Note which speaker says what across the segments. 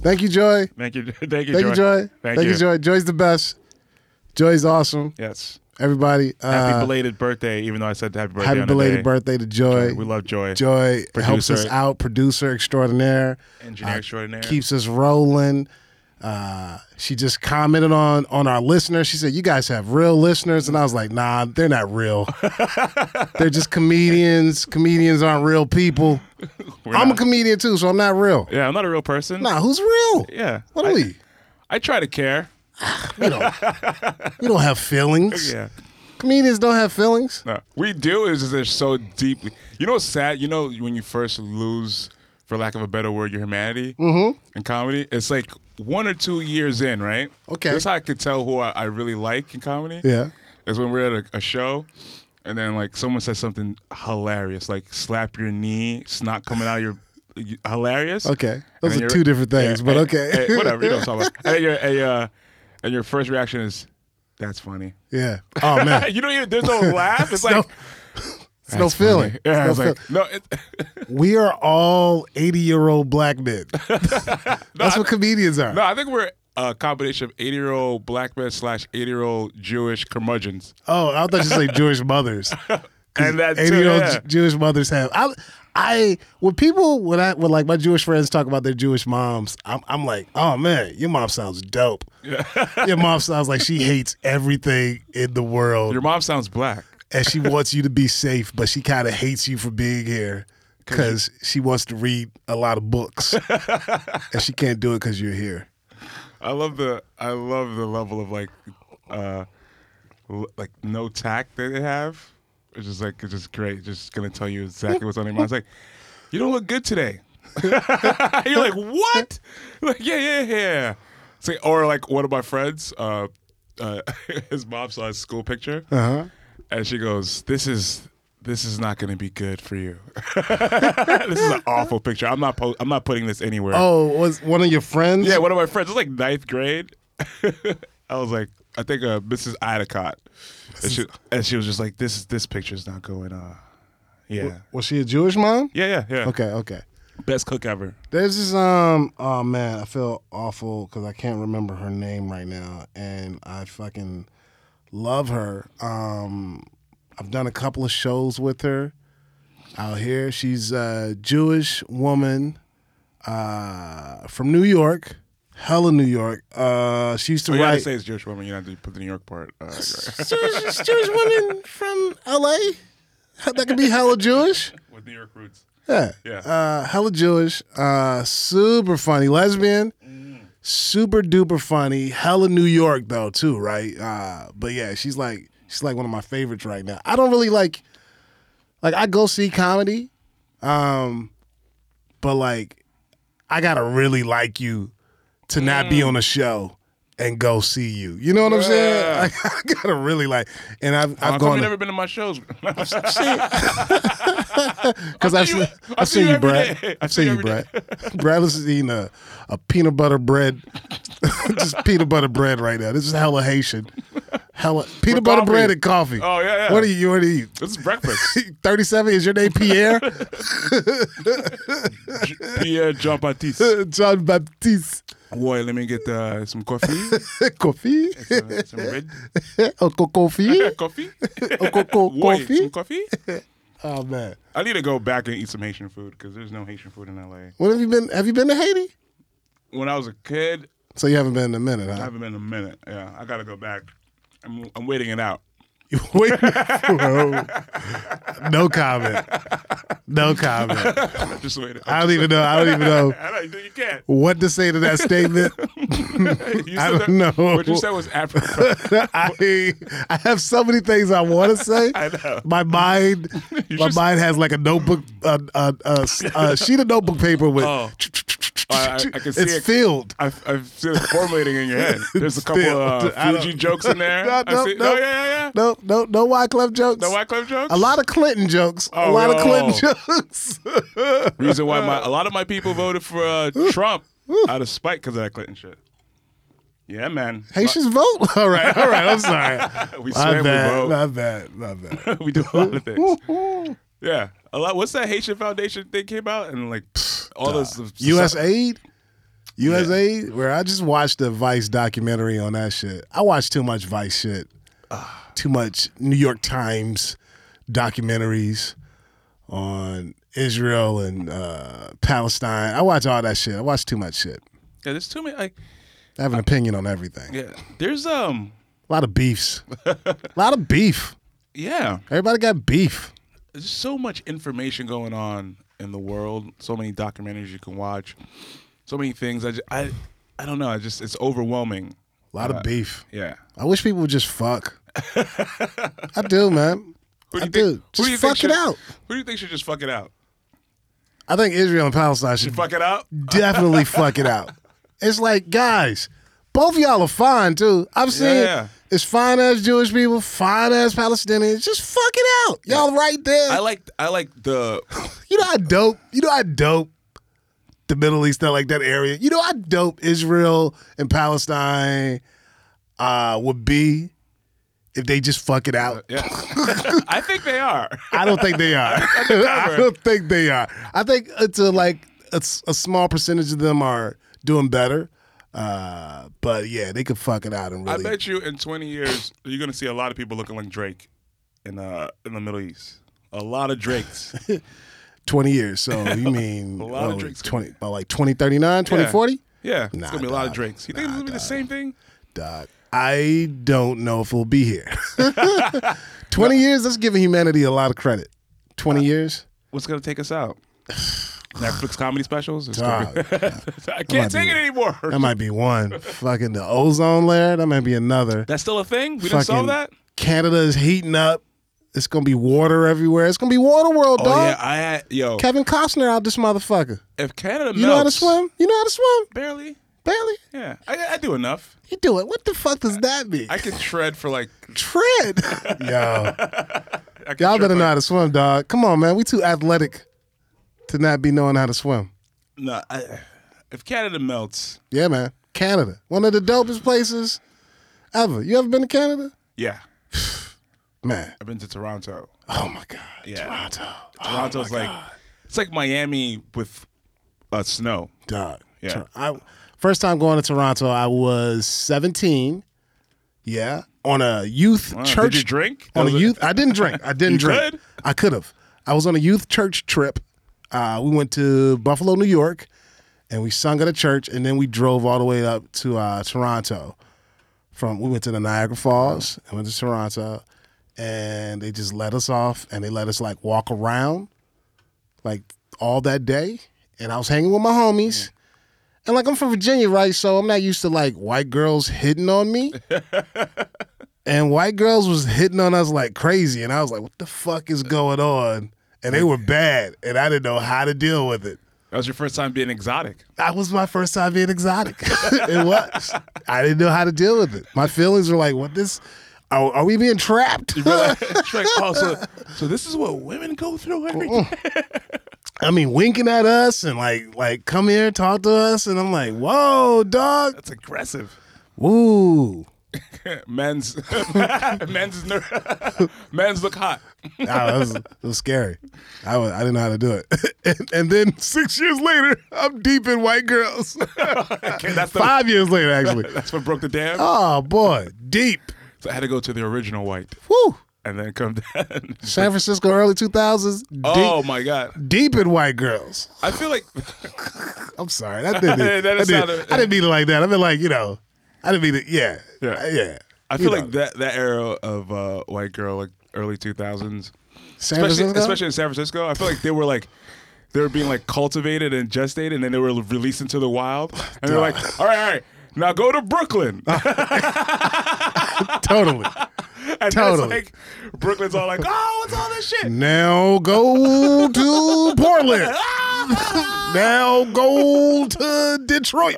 Speaker 1: Thank you, Joy.
Speaker 2: Thank you. Thank you,
Speaker 1: Thank you, Joy.
Speaker 2: Thank,
Speaker 1: Thank
Speaker 2: you.
Speaker 1: you, Joy. Joy's the best. Joy's awesome.
Speaker 2: Yes.
Speaker 1: Everybody, uh,
Speaker 2: Happy belated birthday, even though I said happy birthday.
Speaker 1: happy
Speaker 2: on the
Speaker 1: belated
Speaker 2: day.
Speaker 1: birthday to Joy.
Speaker 2: We love Joy.
Speaker 1: Joy helps us
Speaker 2: Producer.
Speaker 1: out, producer extraordinaire. Uh,
Speaker 2: Engineer extraordinaire.
Speaker 1: keeps us rolling. Uh, she just commented on on our listeners. She said, "You guys have real listeners," and I was like, "Nah, they're not real. they're just comedians. Comedians aren't real people.
Speaker 2: We're
Speaker 1: I'm
Speaker 2: not-
Speaker 1: a comedian too, so I'm not real.
Speaker 2: yeah, I'm not a real person.
Speaker 1: Nah, who's real?
Speaker 2: Yeah.
Speaker 1: What are
Speaker 2: I,
Speaker 1: we?
Speaker 2: I try to care.
Speaker 1: We don't. we don't have feelings.
Speaker 2: Yeah.
Speaker 1: Comedians don't have feelings.
Speaker 2: No. We do is just they're so deeply. You know what's sad? You know when you first lose, for lack of a better word, your humanity
Speaker 1: Mm-hmm.
Speaker 2: in comedy? It's like one or two years in, right?
Speaker 1: Okay.
Speaker 2: That's how I could tell who I, I really like in comedy.
Speaker 1: Yeah.
Speaker 2: Is when we're at a, a show and then like someone says something hilarious, like slap your knee, snot coming out of your. you- Hilarious.
Speaker 1: Okay.
Speaker 2: And
Speaker 1: Those
Speaker 2: then
Speaker 1: are
Speaker 2: you're-
Speaker 1: two different things, but
Speaker 2: and-
Speaker 1: okay.
Speaker 2: and whatever. You know what I'm talking about. And, then your- and, uh, and your first reaction is, that's funny.
Speaker 1: Yeah. Oh man,
Speaker 2: you don't even, there's no laugh. It's like,
Speaker 1: No. it's no
Speaker 2: That's
Speaker 1: feeling.
Speaker 2: funny. Yeah, I
Speaker 1: It's
Speaker 2: was
Speaker 1: no
Speaker 2: like, no, it,
Speaker 1: feel- we are all 80 year old black men. That's what comedians are.
Speaker 2: no. I think we're a combination of eighty-year-old black men slash eighty-year-old Jewish curmudgeons.
Speaker 1: Oh, I thought you said Jewish mothers.
Speaker 2: And that too,
Speaker 1: eighty-year-old
Speaker 2: yeah.
Speaker 1: Ju- Jewish mothers have. I, I when people when I when like my Jewish friends talk about their Jewish moms, I'm, I'm like, oh man, your mom sounds dope. your mom sounds like she hates everything in the world,
Speaker 2: Your mom sounds black.
Speaker 1: and she wants you to be safe, but she kind of hates you for being here because she wants to read a lot of books, and she can't do it because you're here.
Speaker 2: I love the I love the level of like, uh, l- like no tact that they have. It's just like it's just great. Just gonna tell you exactly what's on their mind. It's like, you don't look good today. You're like what? Like yeah yeah yeah. Say or like one of my friends, uh, uh, his mom saw his school picture.
Speaker 1: Uh huh.
Speaker 2: and she goes, "This is this is not going to be good for you. this is an awful picture. I'm not po- I'm not putting this anywhere."
Speaker 1: Oh, was one of your friends?
Speaker 2: yeah, one of my friends. It's like ninth grade. I was like, I think uh, Mrs. Idicott, and she, and she was just like, "This this picture's not going." Uh, yeah,
Speaker 1: Was she a Jewish mom?
Speaker 2: yeah, yeah, yeah.
Speaker 1: Okay. Okay.
Speaker 2: best cook ever.
Speaker 1: There's this um oh man, I feel awful because I can't remember her name right now, and I fucking love her. Um, I've done a couple of shows with her out here. She's a Jewish woman uh, from New York, hella New York. Uh, she used to
Speaker 2: So you have to
Speaker 1: write.
Speaker 2: say it's Jewish woman. You don't have to put the New York part. Uh,
Speaker 1: Jewish, Jewish woman from L.A. That could be hella Jewish.
Speaker 2: with New York roots.
Speaker 1: Yeah.
Speaker 2: Yeah.
Speaker 1: Uh, hella Jewish, uh, super funny, lesbian, super duper funny, hella New York though too, right? Uh, but yeah, she's like she's like one of my favorites right now. I don't really like like I go see comedy, um, but like I gotta really like you to not
Speaker 2: Mm.
Speaker 1: be on a show and go see you. You know what I'm saying?
Speaker 2: Yeah.
Speaker 1: Like, I gotta really like, and I've I've
Speaker 2: How come
Speaker 1: gone
Speaker 2: you never been to my shows?
Speaker 1: Because I've, seen,
Speaker 2: you- I
Speaker 1: I've
Speaker 2: see
Speaker 1: seen
Speaker 2: you
Speaker 1: you,
Speaker 2: every
Speaker 1: Brad.
Speaker 2: day. I
Speaker 1: I've
Speaker 2: see
Speaker 1: seen
Speaker 2: you
Speaker 1: you,
Speaker 2: every
Speaker 1: Brad. Brad was eating a, a peanut butter bread, just peanut butter bread right now. This is hella Haitian. Hella peanut butter
Speaker 2: coffee.
Speaker 1: bread and coffee.
Speaker 2: Oh, yeah, yeah.
Speaker 1: What are you? What are you?
Speaker 2: this is breakfast.
Speaker 1: Thirty-seven. Is your name Pierre?
Speaker 2: J- Pierre Jean Baptiste.
Speaker 1: John Baptiste.
Speaker 2: Boy, let me get uh, some coffee.
Speaker 1: Coffee.
Speaker 2: some, some red
Speaker 1: Uncle Coffee.
Speaker 2: coffee.
Speaker 1: Uncle Co-
Speaker 2: Wait, some
Speaker 1: Coffee.
Speaker 2: coffee?
Speaker 1: Oh man.
Speaker 2: I need to go back and eat some Haitian food because there's no Haitian food in LA.
Speaker 1: What have you been? Have you been to Haiti?
Speaker 2: When I was a kid,
Speaker 1: So you haven't been in a minute,
Speaker 2: I
Speaker 1: huh?
Speaker 2: haven't been in a minute. Yeah, I gotta go back. I'm, I'm waiting it out.
Speaker 1: You waiting? Whoa. No comment. No comment.
Speaker 2: Just wait. It.
Speaker 1: I don't even know. I don't even know
Speaker 2: I don't think you can't.
Speaker 1: what to say to that statement.
Speaker 2: You
Speaker 1: I
Speaker 2: said
Speaker 1: don't
Speaker 2: that-
Speaker 1: know.
Speaker 2: What you said was Africa.
Speaker 1: I I have so many things I want to say.
Speaker 2: I know.
Speaker 1: My mind,
Speaker 2: You
Speaker 1: my
Speaker 2: just-
Speaker 1: mind has like a notebook, a uh, uh, uh, uh, sheet of notebook paper with.
Speaker 2: Oh. I- I- I can see
Speaker 1: it's
Speaker 2: it.
Speaker 1: filled.
Speaker 2: I've, I've seen it formulating in your head. There's a couple of
Speaker 1: I
Speaker 2: uh,
Speaker 1: don't-
Speaker 2: Fuji jokes in there.
Speaker 1: No,
Speaker 2: I
Speaker 1: no,
Speaker 2: see- Oh,
Speaker 1: no.
Speaker 2: yeah, yeah, yeah.
Speaker 1: No, no, no. Wyclef jokes.
Speaker 2: The White Club jokes.
Speaker 1: a lot of Clinton jokes. a
Speaker 2: Oh,
Speaker 1: lot of
Speaker 2: no.
Speaker 1: Clinton jokes.
Speaker 2: Reason why my
Speaker 1: uh,
Speaker 2: a lot of my people voted for uh, Trump out of spite because of that Clinton shit. Yeah, man.
Speaker 1: Haitians vote. All right, all right. I'm sorry.
Speaker 2: We
Speaker 1: my
Speaker 2: swear we
Speaker 1: bad.
Speaker 2: vote.
Speaker 1: My bad. My bad.
Speaker 2: we do a lot of things. Yeah, a lot. What's that Haitian Foundation thing came out and like all those
Speaker 1: U.S. aid. USA, where I just watched the Vice documentary on that shit. I watch too much Vice shit,
Speaker 2: Ah.
Speaker 1: too much New York Times documentaries on Israel and uh, Palestine. I watch all that shit. I watch too much shit.
Speaker 2: Yeah, there's too many. Like,
Speaker 1: I have an opinion on everything.
Speaker 2: yeah, there's um,
Speaker 1: A lot of beefs. a lot of beef.
Speaker 2: yeah,
Speaker 1: Everybody got beef.
Speaker 2: there's so much information going on in the world. So many documentaries you can watch. So many things. I, ju- I, I don't know. I just it's overwhelming.
Speaker 1: A lot of beef.
Speaker 2: Yeah.
Speaker 1: I wish people would just fuck. I do, man.
Speaker 2: Who do
Speaker 1: I
Speaker 2: you think-
Speaker 1: do.
Speaker 2: who do
Speaker 1: Just
Speaker 2: you think
Speaker 1: fuck
Speaker 2: should-
Speaker 1: it out.
Speaker 2: Who do you think should just fuck it out?
Speaker 1: I think Israel and Palestine should
Speaker 2: Fuck it out.
Speaker 1: definitely fuck it out. It's like, guys, both of y'all are fine too. I've seen
Speaker 2: Yeah.
Speaker 1: it's fine as Jewish people, fine as Palestinians. Just fuck it out. Y'all right there.
Speaker 2: I like I like the
Speaker 1: you know how dope. You know how dope the Middle East, that like that area. You know how dope Israel and Palestine uh, would be if they just fuck it out.
Speaker 2: yeah. I think they are.
Speaker 1: I don't think they are. I don't think they are. I think it's a, like it's a small percentage of them are doing better. Uh, but yeah, they could fuck it out and
Speaker 2: I
Speaker 1: really.
Speaker 2: bet you in 20 years you're gonna see a lot of people looking like Drake in uh in the Middle East. A lot of Drakes.
Speaker 1: 20 years. So you mean
Speaker 2: lot of
Speaker 1: oh,
Speaker 2: drinks.
Speaker 1: 20, by like 2039, 2040?
Speaker 2: Yeah,
Speaker 1: Nah,
Speaker 2: it's gonna be a lot of
Speaker 1: dog.
Speaker 2: Drakes. You think it's gonna be the same thing?
Speaker 1: Dog, I don't know if we'll be here. 20 years, that's giving humanity a lot of credit.
Speaker 2: Uh,
Speaker 1: 20 years?
Speaker 2: What's gonna take us out? Netflix comedy specials. It's gonna
Speaker 1: Dog,
Speaker 2: be- I can't take
Speaker 1: be-
Speaker 2: it anymore.
Speaker 1: that might be one. Fucking the ozone layer, that might be another.
Speaker 2: That's still a thing. We didn't
Speaker 1: fucking
Speaker 2: solve that.
Speaker 1: Canada is heating up. It's gonna be water everywhere. It's gonna be water world,
Speaker 2: Oh
Speaker 1: dog.
Speaker 2: yeah, I had yo.
Speaker 1: Kevin Costner out this motherfucker.
Speaker 2: if Canada melts,
Speaker 1: You know how to swim? You know how to swim?
Speaker 2: Barely.
Speaker 1: Barely.
Speaker 2: Yeah, I, I do enough.
Speaker 1: You do it. What the fuck does that mean?
Speaker 2: I can tread for like.
Speaker 1: Tread. Yo,
Speaker 2: I can
Speaker 1: y'all
Speaker 2: tread
Speaker 1: better
Speaker 2: like-
Speaker 1: know how to swim, dog. Come on, man. We too athletic to not be knowing how to swim.
Speaker 2: No, I, if Canada melts,
Speaker 1: Yeah, man. Canada, one of the dopest places ever. You ever been to Canada?
Speaker 2: yeah,
Speaker 1: Man.
Speaker 2: I've been to Toronto.
Speaker 1: Oh my god.
Speaker 2: Yeah.
Speaker 1: Toronto. Oh,
Speaker 2: Toronto's like it's like Miami with uh, snow.
Speaker 1: Dog.
Speaker 2: Yeah.
Speaker 1: Tor- I first time going to Toronto, I was 17. Yeah, on a youth
Speaker 2: Wow,
Speaker 1: church
Speaker 2: Did you drink?
Speaker 1: on a
Speaker 2: That was
Speaker 1: youth. I didn't drink. I didn't
Speaker 2: You
Speaker 1: drink.
Speaker 2: could?
Speaker 1: I could have. I was on a youth church trip. Uh, we went to Buffalo, New York, and we sung at a church, and then we drove all the way up to uh, Toronto. From we went to the Niagara Falls and went to Toronto, and they just let us off, and they let us like walk around, like all that day. And I was hanging with my homies. And like I'm from Virginia, right? So I'm not used to like white girls hitting on me. and white girls was hitting on us like crazy. And I was like, what the fuck is going on? And they were bad. And I didn't know how to deal with it.
Speaker 2: That was your first time being exotic.
Speaker 1: That was my first time being exotic. it was. I didn't know how to deal with it. My feelings were like, what this? Are, are we being trapped?
Speaker 2: It's like, oh, so, so this is what women go through every day.
Speaker 1: I mean, winking at us and like, like, come here, talk to us. And I'm like, whoa, dog.
Speaker 2: That's aggressive.
Speaker 1: Woo.
Speaker 2: Men's men's is ner- men's look hot.
Speaker 1: I was, it was scary. I, was, I didn't know how to do it. and, and then six years later, I'm deep in white girls.
Speaker 2: Okay, that's the,
Speaker 1: Five years later, actually.
Speaker 2: that's what broke the dam.
Speaker 1: Oh, boy. Deep.
Speaker 2: So I had to go to the original white
Speaker 1: Woo.
Speaker 2: and then come down.
Speaker 1: San Francisco, early 2000s.
Speaker 2: oh
Speaker 1: Deep,
Speaker 2: my god!
Speaker 1: deep in white girls.
Speaker 2: I feel like
Speaker 1: I'm sorry. That didn't,
Speaker 2: That
Speaker 1: that didn't,
Speaker 2: sounded-
Speaker 1: I didn't mean it like that. I mean, like, you know, I didn't mean it. Yeah. Uh,
Speaker 2: Yeah.
Speaker 1: Yeah.
Speaker 2: I feel
Speaker 1: You
Speaker 2: like
Speaker 1: know,
Speaker 2: that that era of uh, white girl, like early two thousands,
Speaker 1: San
Speaker 2: especially
Speaker 1: Francisco?
Speaker 2: especially in San Francisco. I feel like they were like they were being like cultivated and gestated, and then they were released into the wild. And they're like, all right, all right, now go to Brooklyn.
Speaker 1: totally.
Speaker 2: And
Speaker 1: Totally.
Speaker 2: it's like Brooklyn's all like, oh, what's all this shit?
Speaker 1: Now go to Portland.
Speaker 2: Ah!
Speaker 1: now go to Detroit.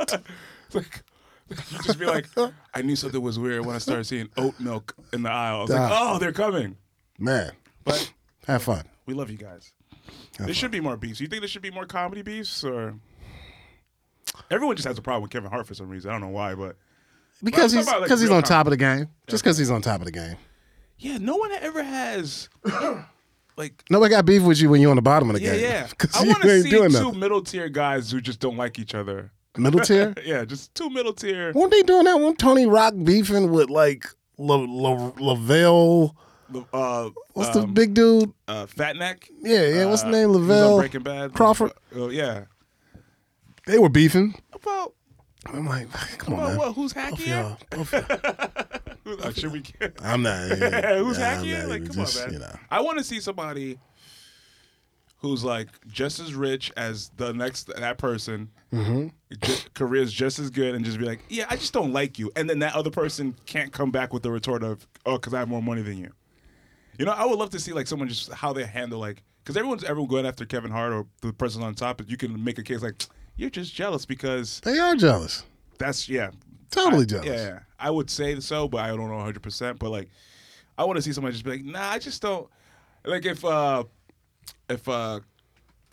Speaker 2: It's like you just be like, I knew something was weird when I started seeing oat milk in the aisle. I was like,
Speaker 1: Dog.
Speaker 2: oh, they're coming.
Speaker 1: Man,
Speaker 2: But
Speaker 1: have fun.
Speaker 2: we love you guys. There should be more beefs. You think there should be more comedy beefs or? Everyone just has a problem with Kevin Hart for some reason. I don't know why, but
Speaker 1: Because
Speaker 2: Well, I'm
Speaker 1: he's
Speaker 2: talking about, like,
Speaker 1: because he's
Speaker 2: real
Speaker 1: on
Speaker 2: time.
Speaker 1: top of the game. Just because he's on top of the game.
Speaker 2: yeah, no one ever has like
Speaker 1: Nobody got beef with you when you're on the bottom of the
Speaker 2: yeah,
Speaker 1: game.
Speaker 2: yeah.
Speaker 1: 'Cause
Speaker 2: I
Speaker 1: you
Speaker 2: want to
Speaker 1: ain't
Speaker 2: see
Speaker 1: doing
Speaker 2: two
Speaker 1: nothing.
Speaker 2: middle tier guys who just don't like each other
Speaker 1: Middle tier.
Speaker 2: yeah, just two middle tier.
Speaker 1: Weren't they doing that? Weren't Tony Rock beefing with like La- La- Lavelle?
Speaker 2: Uh,
Speaker 1: What's the
Speaker 2: um,
Speaker 1: big dude?
Speaker 2: uh, Fat Neck?
Speaker 1: Yeah, yeah. What's the
Speaker 2: Uh,
Speaker 1: name?
Speaker 2: he was on
Speaker 1: Lavelle.
Speaker 2: Breaking Bad.
Speaker 1: Crawford?
Speaker 2: Uh, yeah.
Speaker 1: They were beefing.
Speaker 2: About
Speaker 1: I'm like, come on,
Speaker 2: about
Speaker 1: man.
Speaker 2: what? Who's
Speaker 1: Both
Speaker 2: hackier?
Speaker 1: y'all- both y'all.
Speaker 2: Who's- uh, Should we? get-
Speaker 1: I'm not. yeah,
Speaker 2: Who's
Speaker 1: nah, I'm
Speaker 2: hackier?
Speaker 1: not
Speaker 2: Like,
Speaker 1: even-
Speaker 2: come
Speaker 1: just,
Speaker 2: on, man.
Speaker 1: You know.
Speaker 2: I want to see somebody who's like just as rich as the next that person.
Speaker 1: Mm-hmm.
Speaker 2: Ju- career's just as good, and just be like, yeah, I just don't like you, and then that other person can't come back with the retort of, oh, because I have more money than you. You know, I would love to see like someone just how they handle like because everyone's everyone going after Kevin Hart or the person on top, but you can make a case like you're just jealous because
Speaker 1: They are jealous.
Speaker 2: that's yeah,
Speaker 1: Totally
Speaker 2: I-
Speaker 1: jealous.
Speaker 2: Yeah, I would say so, but I don't know 100. percent But like, I want to see somebody just be like, nah, I just don't. Like if uh if uh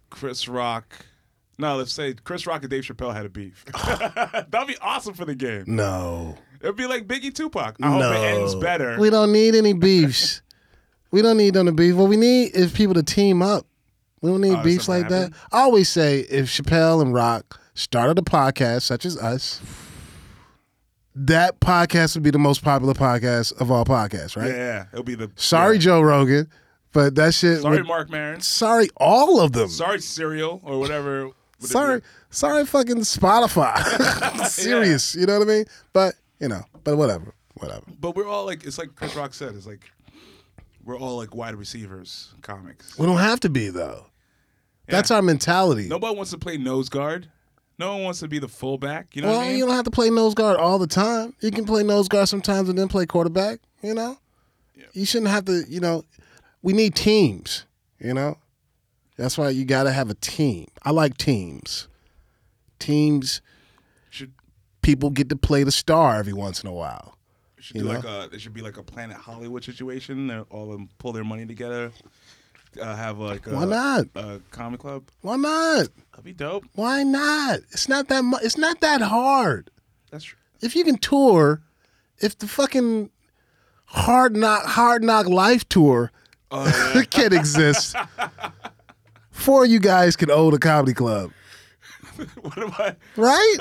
Speaker 2: Chris Rock, no, let's say Chris Rock and Dave Chappelle had a beef. That'd be awesome for the game.
Speaker 1: No.
Speaker 2: It'd be like Biggie Tupac. I hope it ends better.
Speaker 1: We don't need any beefs. we don't need them to beef. What we need is people to team up. We don't need
Speaker 2: Oh,
Speaker 1: beefs
Speaker 2: something
Speaker 1: like that. I always say if Chappelle and Rock started a podcast such as us, that podcast would be the most popular podcast of all podcasts, right?
Speaker 2: yeah, it'll be the
Speaker 1: Sorry,
Speaker 2: yeah.
Speaker 1: Joe Rogan, but that shit.
Speaker 2: sorry,
Speaker 1: would-
Speaker 2: Mark Maron.
Speaker 1: sorry, all of them.
Speaker 2: Sorry, cereal or whatever. would it be?
Speaker 1: sorry, sorry, fucking Spotify. Serious, you know what I mean? But you know, but whatever, whatever.
Speaker 2: but we're all like, it's like Chris Rock said, it's like we're all like wide receivers, comics.
Speaker 1: We don't have to be though. That's our mentality.
Speaker 2: Nobody wants to play nose guard. No one wants to be the fullback. You know
Speaker 1: well,
Speaker 2: what I mean?
Speaker 1: you don't have to play nose guard all the time. You can play nose guard sometimes and then play quarterback. You know, you shouldn't have to. You know, we need teams. You know, that's why you got to have a team. I like teams. Teams,
Speaker 2: should
Speaker 1: people get to play the star every once in a while.
Speaker 2: should
Speaker 1: You
Speaker 2: do
Speaker 1: know?
Speaker 2: like a it should be like a Planet Hollywood situation. They're all them pull their money together. Uh, have like a,
Speaker 1: Why not?
Speaker 2: a comic club.
Speaker 1: Why not?
Speaker 2: That'd be dope.
Speaker 1: Why not? It's not that. Mu- it's not that hard.
Speaker 2: That's true.
Speaker 1: if you can tour, if the fucking hard knock hard knock life tour can exist, four of you guys can own a comedy club,
Speaker 2: what am I?
Speaker 1: right?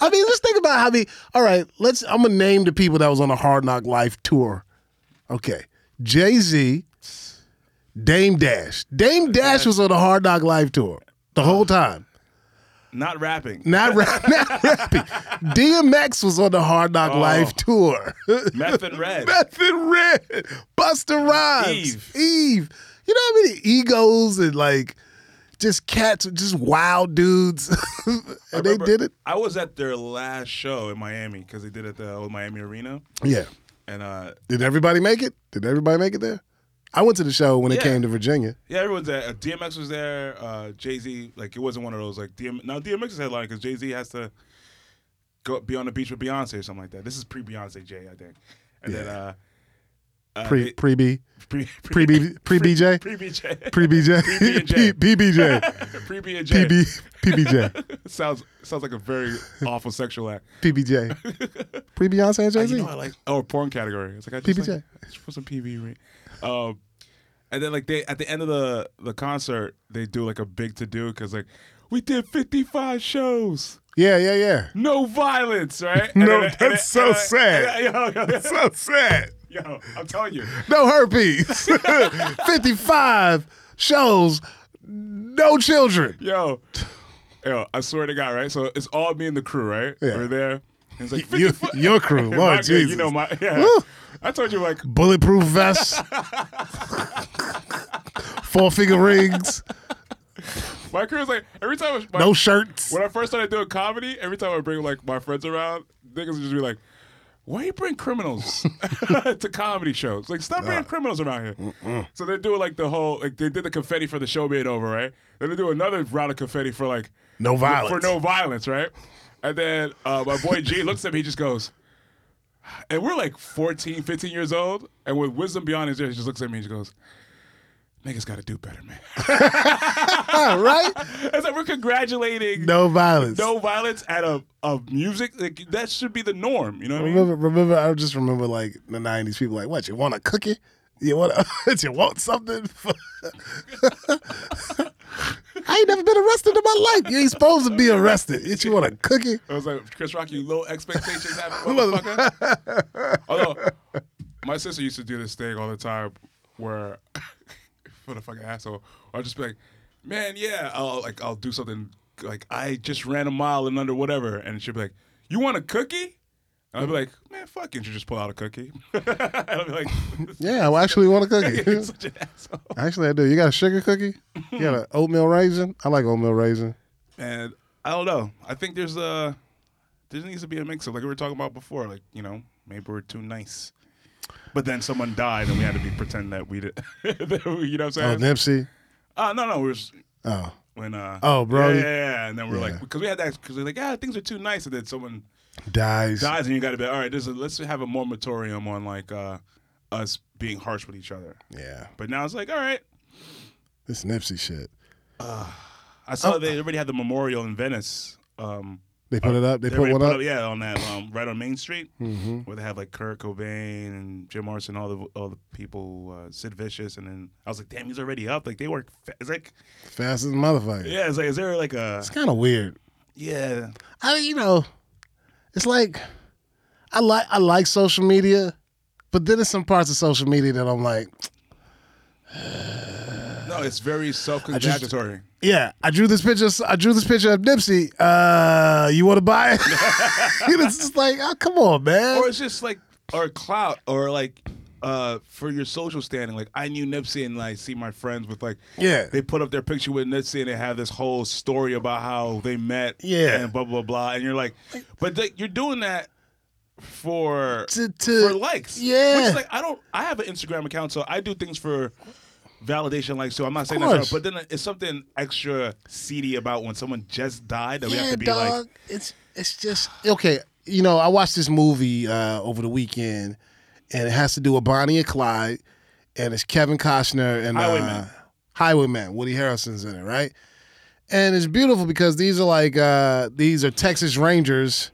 Speaker 1: I mean, let's think about how the. All right, let's. I'm gonna name the people that was on a hard knock life tour. Okay, Jay Z, Dame Dash. Dame Dash was on a hard knock life tour the whole time.
Speaker 2: Not rapping.
Speaker 1: Not, rap, not rapping. DMX was on the Hard Knock
Speaker 2: Oh.
Speaker 1: Life tour.
Speaker 2: Meth and Red.
Speaker 1: Nothing red. Buster Rhymes.
Speaker 2: Eve.
Speaker 1: Eve. You know how many egos and like just cats, just wild dudes. and they
Speaker 2: remember-
Speaker 1: did it.
Speaker 2: I was at their last show in Miami because they did it at the old Miami Arena,
Speaker 1: Yeah.
Speaker 2: and uh,
Speaker 1: Did everybody make it? Did everybody make it there? I went to the show when it
Speaker 2: Yeah.
Speaker 1: came to Virginia.
Speaker 2: Yeah, everyone's there. Uh, DMX was there. Uh, Jay Z, like it wasn't one of those like DM. Now DMX is headline because Jay Z has to go be on the beach with Beyonce or something like that. This is pre Beyonce Jay, I think. And then uh, uh
Speaker 1: Pre pre B
Speaker 2: pre
Speaker 1: pre B pre BJ
Speaker 2: pre BJ
Speaker 1: pre
Speaker 2: PB and
Speaker 1: BJ
Speaker 2: J.
Speaker 1: P BJ
Speaker 2: pre B and J
Speaker 1: PB PBJ
Speaker 2: sounds sounds like a very awful sexual act.
Speaker 1: PBJ pre Beyonce and
Speaker 2: Uh,
Speaker 1: Jay Z.
Speaker 2: you know, I like oh porn category. It's like I just
Speaker 1: PBJ.
Speaker 2: like, I just want some PB. Right? Um, and then like they at the end of the the concert, they do like a big to do because like we did fifty five shows,
Speaker 1: Yeah yeah yeah.
Speaker 2: no violence, right? And
Speaker 1: No,
Speaker 2: then- and
Speaker 1: that's so
Speaker 2: then-
Speaker 1: sad.
Speaker 2: and then- yo, yo, yo,
Speaker 1: So sad.
Speaker 2: yo, I'm telling you,
Speaker 1: no herpes. 55 shows, no children.
Speaker 2: yo, yo, I swear to God, right? So it's all me and the crew, right?
Speaker 1: Yeah.
Speaker 2: We're there. And it's like 50
Speaker 1: You, your crew, Lord Jesus.
Speaker 2: You know my yeah.
Speaker 1: Woo.
Speaker 2: I told you like
Speaker 1: Bulletproof vests, four finger rings,
Speaker 2: my crew was like every time my,
Speaker 1: no shirts.
Speaker 2: When I first started doing comedy, every time I bring like my friends around, niggas would just be like, "Why you bring criminals to comedy shows? Like, stop
Speaker 1: Uh,
Speaker 2: bringing criminals around here." So they're doing like the whole like they did the confetti for the show being over, right? Then they do another round of confetti for like
Speaker 1: No
Speaker 2: for
Speaker 1: violence.
Speaker 2: no violence, right? And then uh, my boy G looks at me, he just goes. And we're like 14, 15 years old, and with wisdom beyond his years, he just looks at me and just goes, "Niggas got to do better, man."
Speaker 1: All right?
Speaker 2: it's like we're congratulating
Speaker 1: No violence.
Speaker 2: no violence at a of music like that should be the norm. You know what I mean?
Speaker 1: Remember, remember, I just remember like the 90s people like, what, you want a cookie? You want, a, you want something? I ain't never been arrested in my life. You ain't supposed to be arrested. If you want a cookie,
Speaker 2: I was like, Chris Rock, you low expectations have, motherfucker. Although, my sister used to do this thing all the time where, for the fucking asshole, I'll just be like, man, yeah, I'll like, I'll do something like, I just ran a mile in under whatever. And she'll be like, you want a cookie? And I'll be like, man, fuck it. She just pull out a cookie. and I'll be like,
Speaker 1: yeah, I actually want a
Speaker 2: you're
Speaker 1: cookie.
Speaker 2: such an asshole.
Speaker 1: actually, I do. You got a sugar cookie? You got an oatmeal raisin? I like oatmeal raisin.
Speaker 2: And I don't know. I think there's a, there needs to be a mix of, like we were talking about before, like, you know, maybe we're too nice. But then someone died and we had to be pretend that we did. that we- you know what
Speaker 1: Oh,
Speaker 2: I'm saying?
Speaker 1: Nipsey.
Speaker 2: Uh, no, no, we was
Speaker 1: Oh,
Speaker 2: when, uh,
Speaker 1: Oh, bro.
Speaker 2: Yeah, yeah, yeah. And then we're like,
Speaker 1: Yeah.
Speaker 2: because we had that, because we're like, yeah, things are too nice. And then someone
Speaker 1: dies.
Speaker 2: dies and you got to be, all right, there's a, let's have a more moratorium on like uh, us being harsh with each other.
Speaker 1: Yeah,
Speaker 2: But now it's like, all right.
Speaker 1: this Nipsey shit.
Speaker 2: I saw
Speaker 1: Oh.
Speaker 2: they already had the memorial in Venice. Um,
Speaker 1: They put it up. Oh, They
Speaker 2: They
Speaker 1: put
Speaker 2: already
Speaker 1: one up. Mm-hmm.
Speaker 2: yeah, on that um, right on Main Street, where they have like Kurt Cobain and Jim Morrison, all the all the people, uh, Sid Vicious, and then I was like, damn, he's already up. Like they work. Fa- it's like
Speaker 1: Fast as a motherfucker.
Speaker 2: yeah, it's like is there like a
Speaker 1: It's kind of weird.
Speaker 2: yeah?
Speaker 1: I mean, you know, it's like I like I like social media, but then there's some parts of social media that I'm like,
Speaker 2: No, it's very self-congratulatory.
Speaker 1: yeah, I drew this picture. I drew this picture of Nipsey. Uh, you want to buy it? And it's just like, oh, come on, man.
Speaker 2: Or it's just like or clout or like uh for your social standing. Like I knew Nipsey and like see my friends with like
Speaker 1: yeah,
Speaker 2: they put up their picture with Nipsey and they have this whole story about how they met.
Speaker 1: Yeah.
Speaker 2: and blah blah blah. And you're like, but they, you're doing that for
Speaker 1: to to
Speaker 2: for likes.
Speaker 1: Yeah.
Speaker 2: Which is like I don't I have an Instagram account, so I do things for validation likes. So I'm not saying
Speaker 1: course.
Speaker 2: that's right, but then it's something extra seedy about when someone just died that we have to be like
Speaker 1: it's it's just okay. You know, I watched this movie uh, over the weekend, and it has to do with Bonnie and Clyde, and it's Kevin Costner and
Speaker 2: Highwayman.
Speaker 1: uh, Highwayman. Woody Harrelson's in it, right? And it's beautiful because these are like uh, these are Texas Rangers,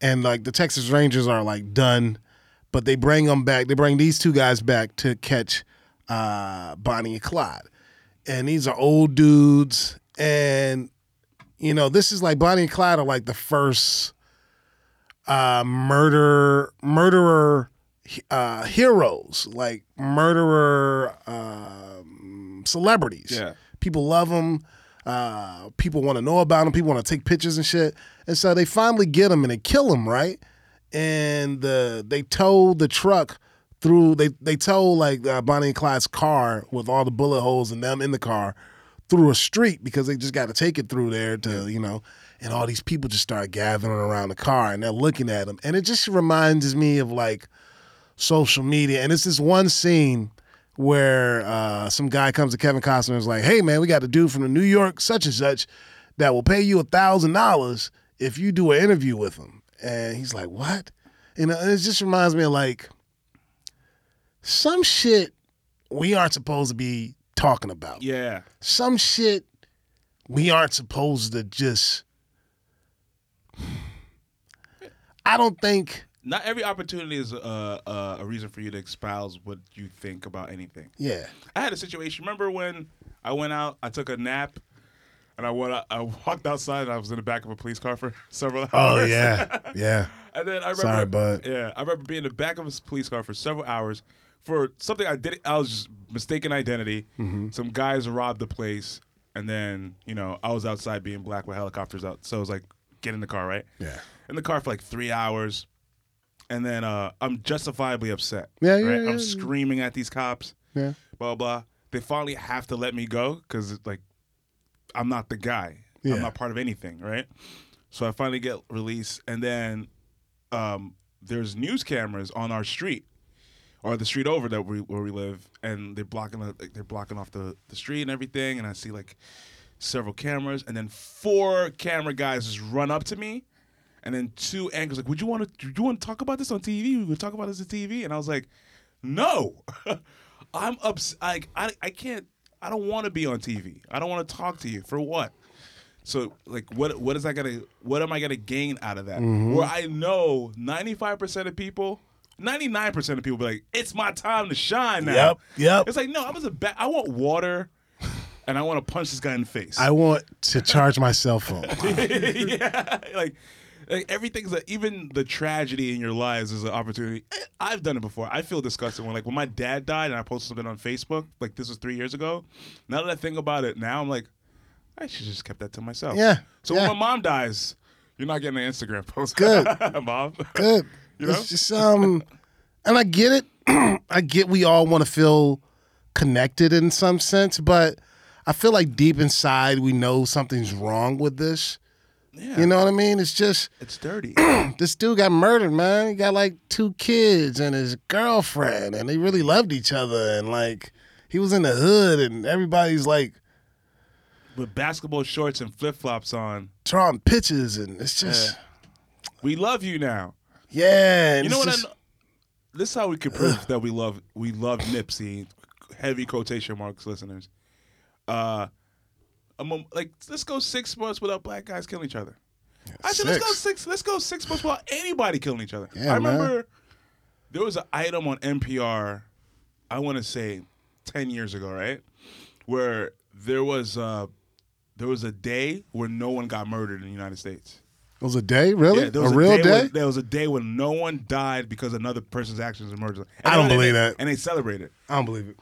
Speaker 1: and like the Texas Rangers are like done, but they bring them back. They bring these two guys back to catch uh, Bonnie and Clyde, and these are old dudes. And you know, this is like Bonnie and Clyde are like the first uh, murder murderer uh, heroes, like murderer um, celebrities.
Speaker 2: Yeah.
Speaker 1: people love them. Uh, people want to know about them. People want to take pictures and shit. And so they finally get them and they kill them, right? And the they tow the truck through. They they tow like uh, Bonnie and Clyde's car with all the bullet holes and them in the car through a street because they just got to take it through there to you know and all these people just start gathering around the car and they're looking at them and it just reminds me of like social media and it's this one scene where uh, some guy comes to kevin costner and is like hey man we got a dude from the new york such and such that will pay you a thousand dollars if you do an interview with him and he's like what you know and uh, it just reminds me of like some shit we aren't supposed to be talking about
Speaker 2: Yeah.
Speaker 1: some shit we aren't supposed to just I don't think
Speaker 2: Not every opportunity is uh, uh, a reason for you to espouse what you think about anything.
Speaker 1: yeah.
Speaker 2: I had a situation. Remember when I went out, I took a nap, and I went, out- I walked outside, and I was in the back of a police car for several hours.
Speaker 1: Oh yeah. Yeah.
Speaker 2: And then I remember,
Speaker 1: Sorry, bud.
Speaker 2: yeah, I remember being in the back of a police car for several hours for something I did. I was just mistaken identity.
Speaker 1: Mm-hmm.
Speaker 2: Some guys robbed the place, and then you know I was outside being black with helicopters out. So I was like, get in the car, right?
Speaker 1: Yeah.
Speaker 2: In the car for like three hours, and then uh, I'm justifiably upset.
Speaker 1: Yeah, yeah,
Speaker 2: right?
Speaker 1: yeah.
Speaker 2: I'm screaming at these cops
Speaker 1: Yeah.
Speaker 2: blah blah. They finally have to let me go because like I'm not the guy.
Speaker 1: Yeah.
Speaker 2: I'm not part of anything, right? So I finally get released, and then um, there's news cameras on our street or the street over that we where we live, and they're blocking the, like, they're blocking off the the street and everything, and I see like several cameras, and then four camera guys just run up to me. And then two anchors like, would you want to? Do you want to talk about this on TV? We would talk about this on TV. And I was like, no, I'm ups. Like I, I can't. I don't want to be on TV. I don't want to talk to you for what? So like, what what is I gonna? What am I gonna gain out of that?
Speaker 1: Mm-hmm.
Speaker 2: Where I know 95 percent of people. 99% of people be like, it's my time to shine now.
Speaker 1: Yep, yep.
Speaker 2: It's like, no, I was a bad, I want water. and I want to punch this guy in the face.
Speaker 1: I want to charge my cell phone.
Speaker 2: yeah, like, like everything's a, even the tragedy in your lives is an opportunity. Eh, I've done it before. I feel disgusted when like when my dad died and I posted something on Facebook. Like this was three years ago. Now that I think about it, now I'm like, I should just kept that to myself.
Speaker 1: Yeah,
Speaker 2: So
Speaker 1: yeah.
Speaker 2: when my mom dies, you're not getting an Instagram post.
Speaker 1: Good.
Speaker 2: mom.
Speaker 1: Good.
Speaker 2: You know?
Speaker 1: It's just um, and I get it. I get we all want to feel connected in some sense, but I feel like deep inside we know something's wrong with this.
Speaker 2: Yeah.
Speaker 1: You know what I mean? It's just
Speaker 2: It's dirty.
Speaker 1: this dude got murdered, man. He got like two kids and his girlfriend, and they really loved each other. And like, he was in the hood, and everybody's like
Speaker 2: With basketball shorts and flip flops on.
Speaker 1: drawing pictures, and it's just,
Speaker 2: We love you now.
Speaker 1: yeah. and
Speaker 2: You
Speaker 1: it's
Speaker 2: know what? I
Speaker 1: just-
Speaker 2: kn- this is how we could prove that we love we love Nipsey. Heavy quotation marks, listeners. Uh, a mom- like let's go six months without black guys killing each other. I said let let's go
Speaker 1: six.
Speaker 2: six. Let's go six months without anybody killing each other.
Speaker 1: Yeah,
Speaker 2: I remember there was an item on NPR. I want to say ten years ago, right? Where there was uh there was a day where no one got murdered in the United States.
Speaker 1: It was a day, really?
Speaker 2: Yeah, there
Speaker 1: a
Speaker 2: was
Speaker 1: real day?
Speaker 2: When, there was a day when no one died because another person's actions emerged. And
Speaker 1: I don't
Speaker 2: they-
Speaker 1: believe
Speaker 2: they-
Speaker 1: that.
Speaker 2: And they celebrated.
Speaker 1: I don't believe it.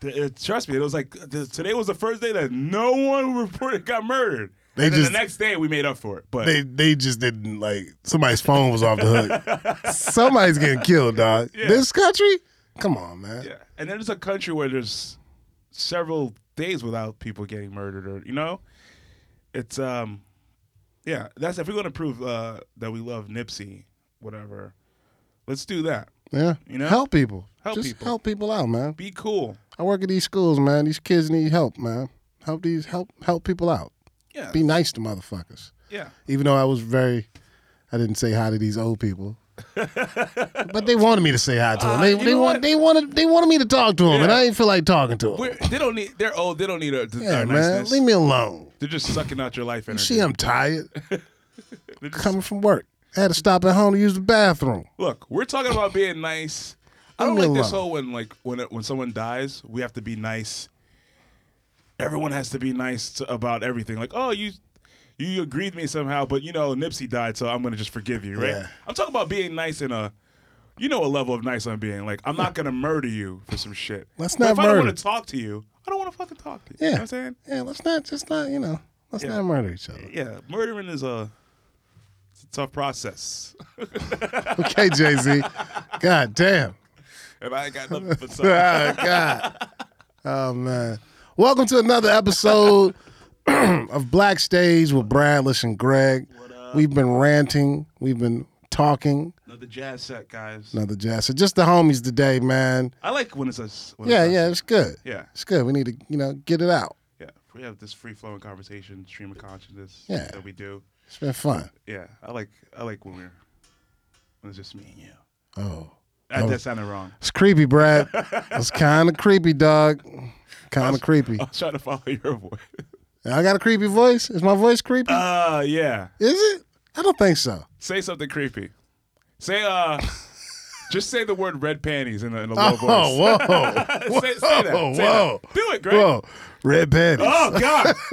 Speaker 2: Th- it- Trust me, it was like th- today was the first day that no one reported got murdered.
Speaker 1: They
Speaker 2: and then
Speaker 1: just-
Speaker 2: the next day we made up for it. But
Speaker 1: They they just didn't like somebody's phone was off the hook. Somebody's getting killed, dog.
Speaker 2: Yeah.
Speaker 1: This country? Come on, man.
Speaker 2: yeah, and then there's a country where there's several days without people getting murdered, or you know, it's um, yeah. That's if we're gonna prove uh, that we love Nipsey, whatever. Let's do that.
Speaker 1: Yeah.
Speaker 2: You know?
Speaker 1: Help people.
Speaker 2: Help
Speaker 1: just
Speaker 2: people.
Speaker 1: help people out, man.
Speaker 2: Be cool.
Speaker 1: I work at these schools, man. These kids need help, man. Help these help help people out.
Speaker 2: Yeah.
Speaker 1: Be nice to motherfuckers.
Speaker 2: yeah.
Speaker 1: Even though I was very I didn't say hi to these old people. but they wanted me to say hi to them.
Speaker 2: Uh,
Speaker 1: They,
Speaker 2: you
Speaker 1: they
Speaker 2: know
Speaker 1: want
Speaker 2: what?
Speaker 1: they wanted they wanted me to talk to them, and
Speaker 2: Yeah.
Speaker 1: I didn't feel like talking to them.
Speaker 2: We're, they don't need. They're old. They don't need a.
Speaker 1: yeah,
Speaker 2: our
Speaker 1: man,
Speaker 2: niceness.
Speaker 1: leave me alone.
Speaker 2: They're just sucking out your life energy.
Speaker 1: See, I'm tired.
Speaker 2: They're just-
Speaker 1: coming from work. I had to stop at home to use the bathroom.
Speaker 2: look, we're talking about being nice. I don't
Speaker 1: Leave me
Speaker 2: like this
Speaker 1: alone.
Speaker 2: whole when like when it, when someone dies, we have to be nice. Everyone has to be nice to, about everything. Like, oh, you you agreed with me somehow, but you know Nipsey died, so I'm gonna just forgive you, right?
Speaker 1: Yeah.
Speaker 2: I'm talking about being nice in a. You know a level of nice I'm being. Like I'm not gonna murder you for some shit.
Speaker 1: Let's
Speaker 2: But
Speaker 1: not
Speaker 2: if I don't
Speaker 1: murder.
Speaker 2: want to talk to you, I don't want to fucking talk to you.
Speaker 1: Yeah.
Speaker 2: You know what I'm saying?
Speaker 1: Yeah, let's not just not, you know, let's
Speaker 2: Yeah.
Speaker 1: not murder each other.
Speaker 2: Yeah, murdering is a, it's a tough process.
Speaker 1: Okay, Jay Z. God damn.
Speaker 2: and I ain't got nothing but
Speaker 1: Oh,
Speaker 2: something.
Speaker 1: God. Oh, man. Welcome to another episode of Black Stage with Bradless and Greg. We've been ranting, we've been talking.
Speaker 2: Another jazz set, guys.
Speaker 1: Another jazz. So just the homies today, man.
Speaker 2: I like when it's a. s- When
Speaker 1: Yeah,
Speaker 2: it's
Speaker 1: yeah,
Speaker 2: us.
Speaker 1: it's good.
Speaker 2: Yeah.
Speaker 1: It's good. We need to, you know, get it out.
Speaker 2: yeah. We have this free flowing conversation, stream of consciousness
Speaker 1: Yeah.
Speaker 2: that we do.
Speaker 1: It's been fun.
Speaker 2: Yeah, I like I like when we're when it's just me and you.
Speaker 1: Oh.
Speaker 2: That, that sounded wrong.
Speaker 1: It's creepy, Brad. It's kind of creepy, dog. Kind of creepy.
Speaker 2: I was trying to follow your voice.
Speaker 1: I got a creepy voice. Is my voice creepy?
Speaker 2: Uh yeah.
Speaker 1: Is it? I don't think so.
Speaker 2: Say something creepy. Say uh, just say the word red panties in a, in a low
Speaker 1: Oh,
Speaker 2: voice.
Speaker 1: whoa.
Speaker 2: Say, say that.
Speaker 1: Whoa,
Speaker 2: Say
Speaker 1: whoa.
Speaker 2: that. Do it, Greg.
Speaker 1: Whoa. Red panties. Oh,
Speaker 2: Oh God!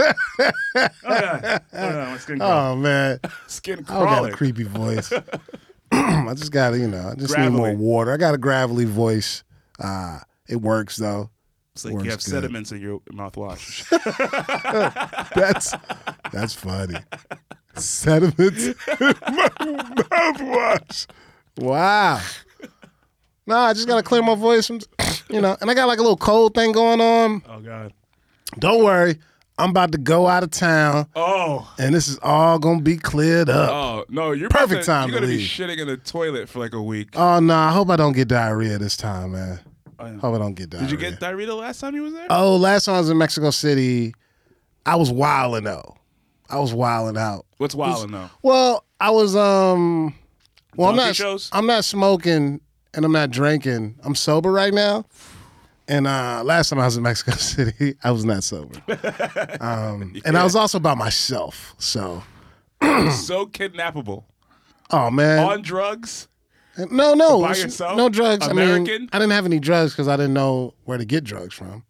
Speaker 2: oh, God. Oh, no, my skin, crawling.
Speaker 1: man.
Speaker 2: skin
Speaker 1: I don't got
Speaker 2: crawling.
Speaker 1: a creepy voice. I just got to, you know, I just need more
Speaker 2: Gravelly.
Speaker 1: water. I got a gravelly voice. Uh, it works, though.
Speaker 2: It's like
Speaker 1: Works
Speaker 2: you have
Speaker 1: good.
Speaker 2: sediments in your mouthwash.
Speaker 1: That's that's funny. Sediments in my mouthwash. Wow. No, I just gotta clear my voice from, you know, and I got like a little cold thing going on.
Speaker 2: oh God!
Speaker 1: Don't worry, I'm about to go out of town,
Speaker 2: Oh,
Speaker 1: and this is all gonna be cleared up.
Speaker 2: oh no! You're
Speaker 1: Perfect
Speaker 2: about to,
Speaker 1: time to
Speaker 2: You're gonna be
Speaker 1: leave.
Speaker 2: shitting in the toilet for like a week.
Speaker 1: Oh, no, I hope I don't get diarrhea this time, man.
Speaker 2: Oh, yeah.
Speaker 1: Hope I don't get diarrhea.
Speaker 2: Did you get diarrhea the last time you was there?
Speaker 1: Oh, last time I was in Mexico City, I was wilding though. I was wilding out.
Speaker 2: What's wildin' though?
Speaker 1: Well, I was um well I'm
Speaker 2: Donkey
Speaker 1: not
Speaker 2: shows?
Speaker 1: I'm not smoking and I'm not drinking. I'm sober right now. And uh last time I was in Mexico City, I was not sober. Um and I was also by myself. So
Speaker 2: so kidnappable
Speaker 1: oh man.
Speaker 2: on drugs.
Speaker 1: no, no.
Speaker 2: By
Speaker 1: it's-
Speaker 2: yourself?
Speaker 1: No drugs. I
Speaker 2: American?
Speaker 1: mean I didn't have any drugs cuz I didn't know where to get drugs from.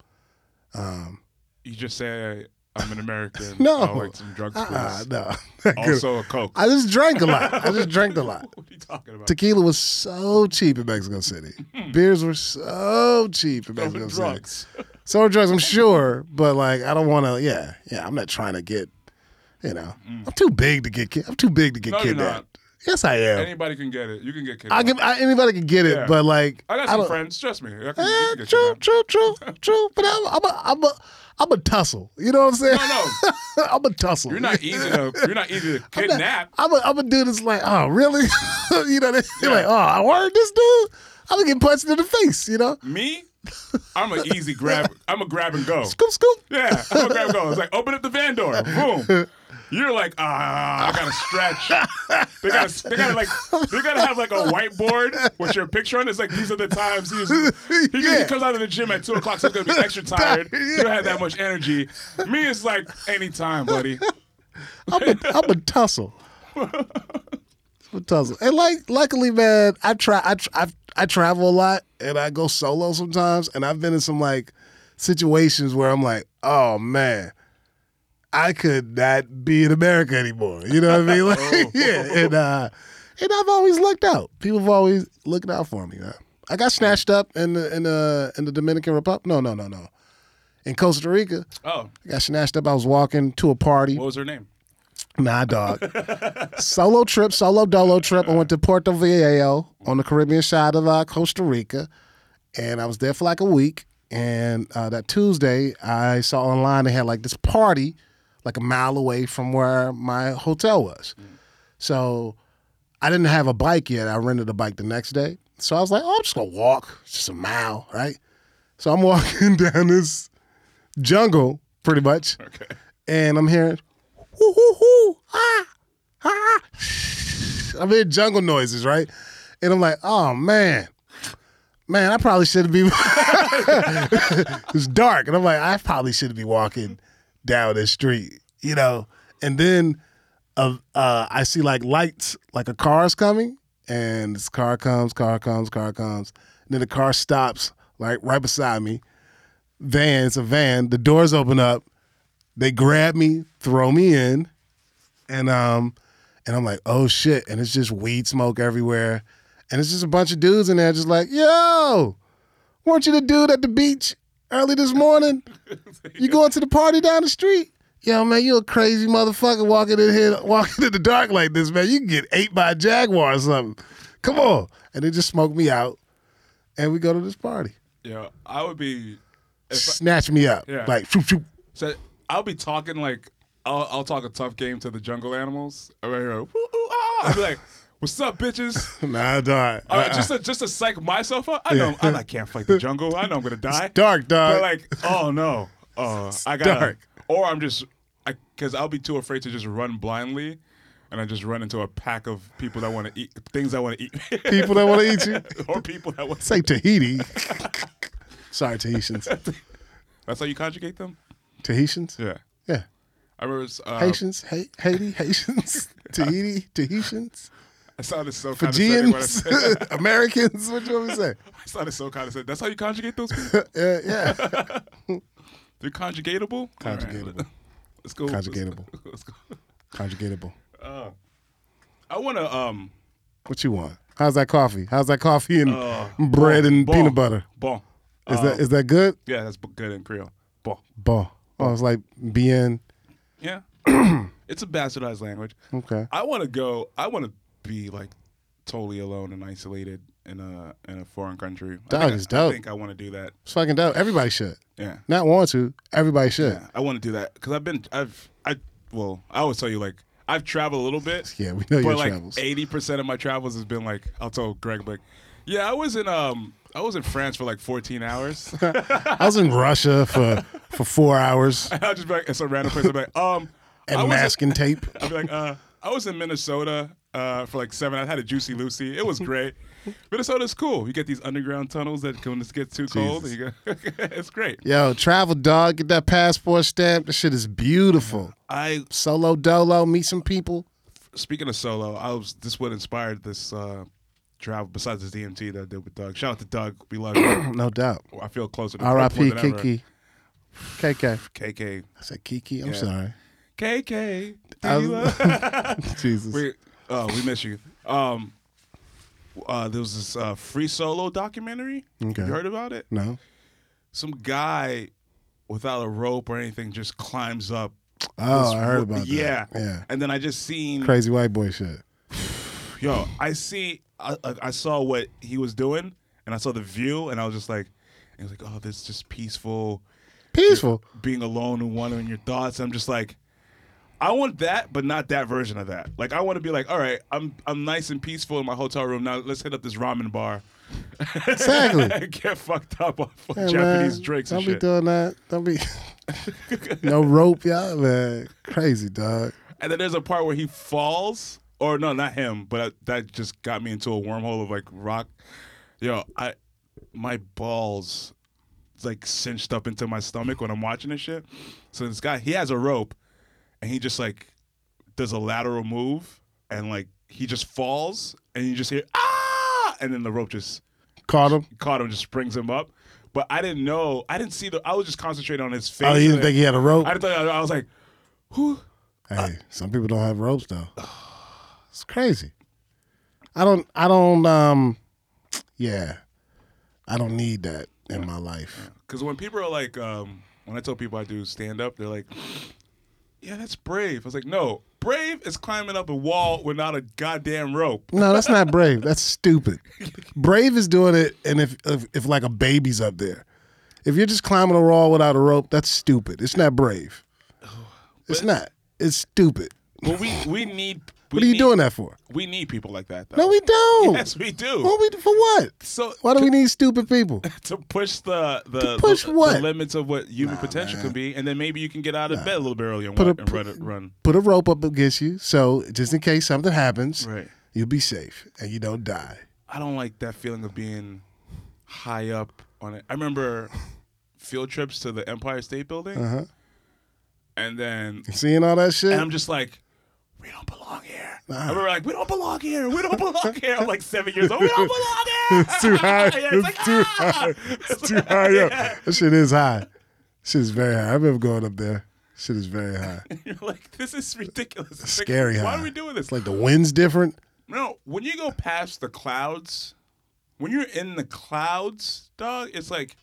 Speaker 2: you just say I'm an American.
Speaker 1: No.
Speaker 2: I would like some drugs, please.
Speaker 1: Uh, no.
Speaker 2: also a Coke.
Speaker 1: I just drank a lot. I just drank a lot.
Speaker 2: what are you talking about?
Speaker 1: Tequila was so cheap in Mexico City. Beers were so cheap in
Speaker 2: Hmm. Those are
Speaker 1: Mexico City.
Speaker 2: drugs.
Speaker 1: So are drugs, I'm sure, but like I don't want to. Yeah, yeah, I'm not trying to get. You know, I'm too big to get. Ki- I'm too big to get
Speaker 2: Mm. No, you're
Speaker 1: kidnapped.
Speaker 2: not.
Speaker 1: Yes, I am.
Speaker 2: Anybody can get it. You can get
Speaker 1: I can.
Speaker 2: kidnapped.
Speaker 1: I, anybody can get it,
Speaker 2: Yeah.
Speaker 1: but like
Speaker 2: I got
Speaker 1: I
Speaker 2: some
Speaker 1: don't-
Speaker 2: friends. Trust me. I can, you
Speaker 1: Eh,
Speaker 2: can get
Speaker 1: true,
Speaker 2: kidnapped.
Speaker 1: true, true, true. But I'm, I'm a, I'm a, I'm a tussle. You know what I'm saying?
Speaker 2: No,
Speaker 1: I'm a tussle.
Speaker 2: You're not easy to. You're not easy to kidnap.
Speaker 1: I'm a, I'm a dude that's like, oh, really? you know, they're like, oh, I warned this dude. I'm gonna get punched in the face. You know,
Speaker 2: Me, I'm an easy grab. I'm a grab and go.
Speaker 1: scoop, scoop.
Speaker 2: Yeah, I'm a grab and go. It's like open up the van door. Boom. You're like ah, I gotta stretch. They gotta, they gotta like, they gotta have like a whiteboard with your picture on. it. It's like these are the times he's. He,
Speaker 1: Yeah.
Speaker 2: he comes out of the gym at two o'clock, so he's gonna be extra tired. You don't have that much energy. Me, it's like anytime, buddy.
Speaker 1: I'm a, I'm a tussle. I'm a tussle. And like, luckily, man, I try. I, tr- I I travel a lot, and I go solo sometimes. And I've been in some like situations where I'm like, oh man, I could not be in America anymore. You know what I mean? Like, yeah. And uh, and I've always looked out. People have always looked out for me. Man. I got snatched up in the in the in the Dominican Republic. No, no, no, no. In Costa Rica,
Speaker 2: Oh,
Speaker 1: I got snatched up. I was walking to a party.
Speaker 2: what was her name?
Speaker 1: Nah, dog. solo trip, solo dolo trip. I went to Puerto Viejo on the Caribbean side of uh, Costa Rica, and I was there for like a week. And uh, that Tuesday, I saw online they had like this party, like a mile away from where my hotel was. So I didn't have a bike yet. I rented a bike the next day. So I was like, oh, I'm just gonna walk, It's just a mile, right? So I'm walking down this jungle, pretty much
Speaker 2: Okay.
Speaker 1: and I'm hearing whoo hoo hoo ah ah. I'm hearing jungle noises, right? And I'm like, oh man, man, I probably shouldn't be. it's dark, and I'm like, I probably shouldn't be walking down this street, you know. And then, uh, uh, I see like lights, like a car's coming, and this car comes, car comes, car comes, and then the car stops like right beside me. Van, it's a van. The doors open up they grab me, throw me in, and um, and I'm like, oh shit, and it's just weed smoke everywhere, and it's just a bunch of dudes in there, just like, yo, weren't you the dude at the beach early this morning? You going to the party down the street? Yo, man, you a crazy motherfucker walking in here, walking in the dark like this, man. You can get ate by a jaguar or something. Come on, and they just smoke me out, and we go to this party,
Speaker 2: Yeah, I would be.
Speaker 1: snatch me up,
Speaker 2: Yeah.
Speaker 1: like, shoop, shoop.
Speaker 2: So I'll be talking like I'll, I'll talk a tough game to the jungle animals. Right here, woo, ooh, ah. I'll be like, "What's up, bitches?"
Speaker 1: nah, Uh-uh. dog.
Speaker 2: All right, just to, just to psych myself up. I know I, I can't fight the jungle. I know I'm gonna die.
Speaker 1: dark, dog.
Speaker 2: But like, oh no, uh, I gotta.
Speaker 1: dark.
Speaker 2: Or I'm just, because I'll be too afraid to just run blindly, and I just run into a pack of people that want to eat things I want to eat,
Speaker 1: people that want to eat you.
Speaker 2: or people that want.
Speaker 1: Say Tahiti. Sorry, Tahitians.
Speaker 2: That's how you conjugate them.
Speaker 1: Tahitians?
Speaker 2: Yeah,
Speaker 1: Yeah.
Speaker 2: I remember. Uh,
Speaker 1: Haitians, Ha- Haiti, Haitians, Tahiti, Tahitians,
Speaker 2: I saw this so condescending when I
Speaker 1: Fijians,
Speaker 2: said.
Speaker 1: Americans. What you want me to
Speaker 2: I sounded so condescending. That's how you conjugate those people?
Speaker 1: say? Yeah, yeah.
Speaker 2: They're conjugatable? All right.
Speaker 1: Conjugatable.
Speaker 2: Let's go.
Speaker 1: Conjugatable.
Speaker 2: Let's go.
Speaker 1: Conjugatable.
Speaker 2: I want to, um,
Speaker 1: What you want? How's that coffee? How's that coffee and bread and
Speaker 2: Oh, bon. Oh.
Speaker 1: peanut butter?
Speaker 2: bon.
Speaker 1: Is that is that good?
Speaker 2: Yeah, that's b- good in Creole. Bon.
Speaker 1: Bon. Oh, it's like bien.
Speaker 2: Yeah. it's a bastardized language.
Speaker 1: Okay.
Speaker 2: I want to go, I want to be like totally alone and isolated in a in a foreign country.
Speaker 1: Dog,
Speaker 2: I think, I-
Speaker 1: it's dope.
Speaker 2: I think I want to do that.
Speaker 1: It's fucking dope. Everybody should.
Speaker 2: Yeah.
Speaker 1: Not want to. Everybody should.
Speaker 2: Yeah. I want to do that because I've been, I've, I, well, I always tell you, like, I've traveled a little bit.
Speaker 1: Yeah, we know
Speaker 2: but
Speaker 1: your
Speaker 2: like
Speaker 1: travels.
Speaker 2: eighty percent of my travels has been like I'll tell Greg like, yeah, I was in um I was in France for like fourteen hours. and
Speaker 1: I was in Russia for for four hours
Speaker 2: I'll just be like at some random place. I'm like um I
Speaker 1: and
Speaker 2: was in-
Speaker 1: masking tape.
Speaker 2: I'll be like uh I was in Minnesota uh for like seven. I had a juicy Lucy. It was great. Minnesota's cool. You get these underground tunnels that can just get too cold. and You go, it's great.
Speaker 1: Yo, travel dog, get that passport stamp. That shit is beautiful.
Speaker 2: I
Speaker 1: Solo dolo, meet some people.
Speaker 2: speaking of solo, I was this what inspired this uh travel besides this DMT that I did with Doug. Shout out to Doug. We love you.
Speaker 1: No doubt.
Speaker 2: I feel closer to Doug more
Speaker 1: R.I.P.
Speaker 2: than ever.
Speaker 1: Kiki. KK.
Speaker 2: KK.
Speaker 1: I said Kiki. I'm
Speaker 2: Yeah.
Speaker 1: sorry.
Speaker 2: KK.
Speaker 1: I
Speaker 2: do you
Speaker 1: was-
Speaker 2: love-
Speaker 1: Jesus.
Speaker 2: we, oh, we miss you. Um, uh, there was this uh, free solo documentary.
Speaker 1: Okay.
Speaker 2: You heard about it?
Speaker 1: No.
Speaker 2: Some guy without a rope or anything just climbs up.
Speaker 1: Oh,
Speaker 2: this
Speaker 1: I heard
Speaker 2: wo-
Speaker 1: about that.
Speaker 2: yeah.
Speaker 1: Yeah.
Speaker 2: And then I just seen
Speaker 1: Crazy white boy shit.
Speaker 2: Yo, I see. I, I- I saw what he was doing, and I saw the view, and I was just like, it was like, oh, this is just peaceful,
Speaker 1: Peaceful.
Speaker 2: being alone and wandering your thoughts. I'm just like, I want that, but not that version of that. Like, I want to be like, all right, I'm I'm nice and peaceful in my hotel room. Now let's hit up this ramen bar.
Speaker 1: Exactly.
Speaker 2: Get fucked up off of
Speaker 1: Hey, man,
Speaker 2: Japanese drinks
Speaker 1: Don't
Speaker 2: and
Speaker 1: be
Speaker 2: shit.
Speaker 1: doing that. Don't be. no rope, y'all, man. Crazy, dog.
Speaker 2: And then there's a part where he falls, or no, not him, but I, that just got me into a wormhole of like rock. Yo, I my balls like cinched up into my stomach when I'm watching this shit. So this guy, he has a rope, and he just like does a lateral move, and like he just falls, and you just hear ah, and then the rope just
Speaker 1: Caught him.
Speaker 2: caught him, just springs him up. But I didn't know, I didn't see the. I was just concentrating on his face.
Speaker 1: Oh, you
Speaker 2: and
Speaker 1: didn't think he had a rope?
Speaker 2: I thought I was like, who? Uh,
Speaker 1: Hey, some people don't have ropes though. It's crazy. I don't. I don't. Um. Yeah, I don't need that in my life.
Speaker 2: Because when people are like, um, when I tell people I do stand up, they're like, yeah, that's brave. I was like, no, brave is climbing up a wall without a goddamn rope.
Speaker 1: No, that's not brave. That's stupid. Brave is doing it, and if, if if like a baby's up there, if you're just climbing a wall without a rope, that's stupid. It's not brave. It's not. It's stupid.
Speaker 2: But we we need. We
Speaker 1: What are you
Speaker 2: need-
Speaker 1: doing that for?
Speaker 2: We need people like that. Though.
Speaker 1: No, we don't.
Speaker 2: Yes, we do.
Speaker 1: What we for what?
Speaker 2: so
Speaker 1: Why do we need stupid people?
Speaker 2: to push the the,
Speaker 1: To push
Speaker 2: the,
Speaker 1: what?
Speaker 2: limits of what human potential can be, and then maybe you can get out of bed a little bit earlier and,
Speaker 1: Put
Speaker 2: walk
Speaker 1: a-
Speaker 2: and run, run.
Speaker 1: Put a rope up against you, so just in case something happens,
Speaker 2: Right.
Speaker 1: you'll be safe and you don't die.
Speaker 2: I don't like that feeling of being high up on it. I remember field trips to the Empire State Building,
Speaker 1: Uh-huh.
Speaker 2: and then
Speaker 1: Seeing all that shit?
Speaker 2: and I'm just like, we don't belong here. I remember like, we don't belong here. We don't belong here. I'm like seven years old. We don't belong here.
Speaker 1: It's too high.
Speaker 2: Yeah, it's
Speaker 1: It's
Speaker 2: like,
Speaker 1: too
Speaker 2: "Ah!"
Speaker 1: high. It's too high up. That shit is high. Shit is very high. I remember going up there. Shit is very high.
Speaker 2: You're like, this is ridiculous. It's like,
Speaker 1: Scary high.
Speaker 2: Why are we doing this?
Speaker 1: It's like the wind's different.
Speaker 2: No, when you go past the clouds, when you're in the clouds, dog, it's like,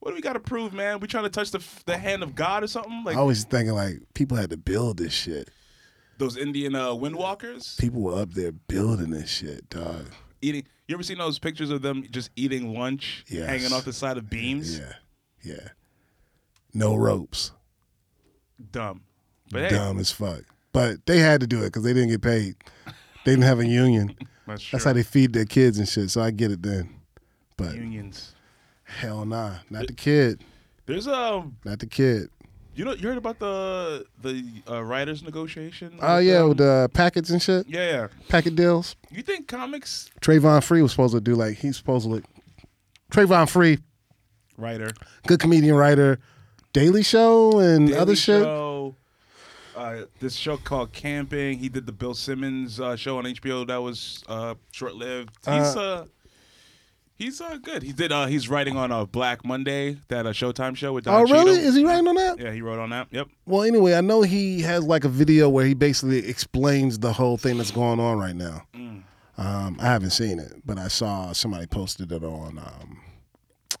Speaker 2: what do we got to prove, man? We trying to touch the the hand of God or something? Like
Speaker 1: I always thinking like people had to build this shit.
Speaker 2: those Indian uh, windwalkers
Speaker 1: People were up there building this shit, dog.
Speaker 2: eating. You ever seen those pictures of them just eating lunch,
Speaker 1: Yes.
Speaker 2: hanging off the side of beams?
Speaker 1: Yeah. Yeah. No ropes.
Speaker 2: Dumb. But hey,
Speaker 1: Dumb as fuck. But they had to do it because they didn't get paid. They didn't have a union.
Speaker 2: that's,
Speaker 1: That's
Speaker 2: true.
Speaker 1: how they feed their kids and shit. So I get it then. But
Speaker 2: unions.
Speaker 1: hell nah. Not the kid.
Speaker 2: There's um,
Speaker 1: Not the kid.
Speaker 2: you know, you heard about the the uh, writers' negotiation?
Speaker 1: Oh yeah,
Speaker 2: um,
Speaker 1: with the packets and shit,
Speaker 2: yeah, yeah.
Speaker 1: packet deals.
Speaker 2: You think comics
Speaker 1: Trayvon Free was supposed to do like he's supposed to. Like, Trayvon Free,
Speaker 2: writer
Speaker 1: good comedian writer, Daily Show and
Speaker 2: Daily
Speaker 1: other shit.
Speaker 2: Show, uh, this show called Camping. He did the Bill Simmons uh, show on HBO that was uh, short lived. He's uh, he's uh, good. He did. Uh, he's writing on a uh, Black Monday that uh, Showtime show with Don
Speaker 1: Oh really?
Speaker 2: Cheadle.
Speaker 1: Is he writing on that?
Speaker 2: Yeah, he wrote on that. Yep.
Speaker 1: Well, anyway, I know he has like a video where he basically explains the whole thing that's going on right now.
Speaker 2: Mm.
Speaker 1: Um, I haven't seen it, but I saw somebody posted it on um,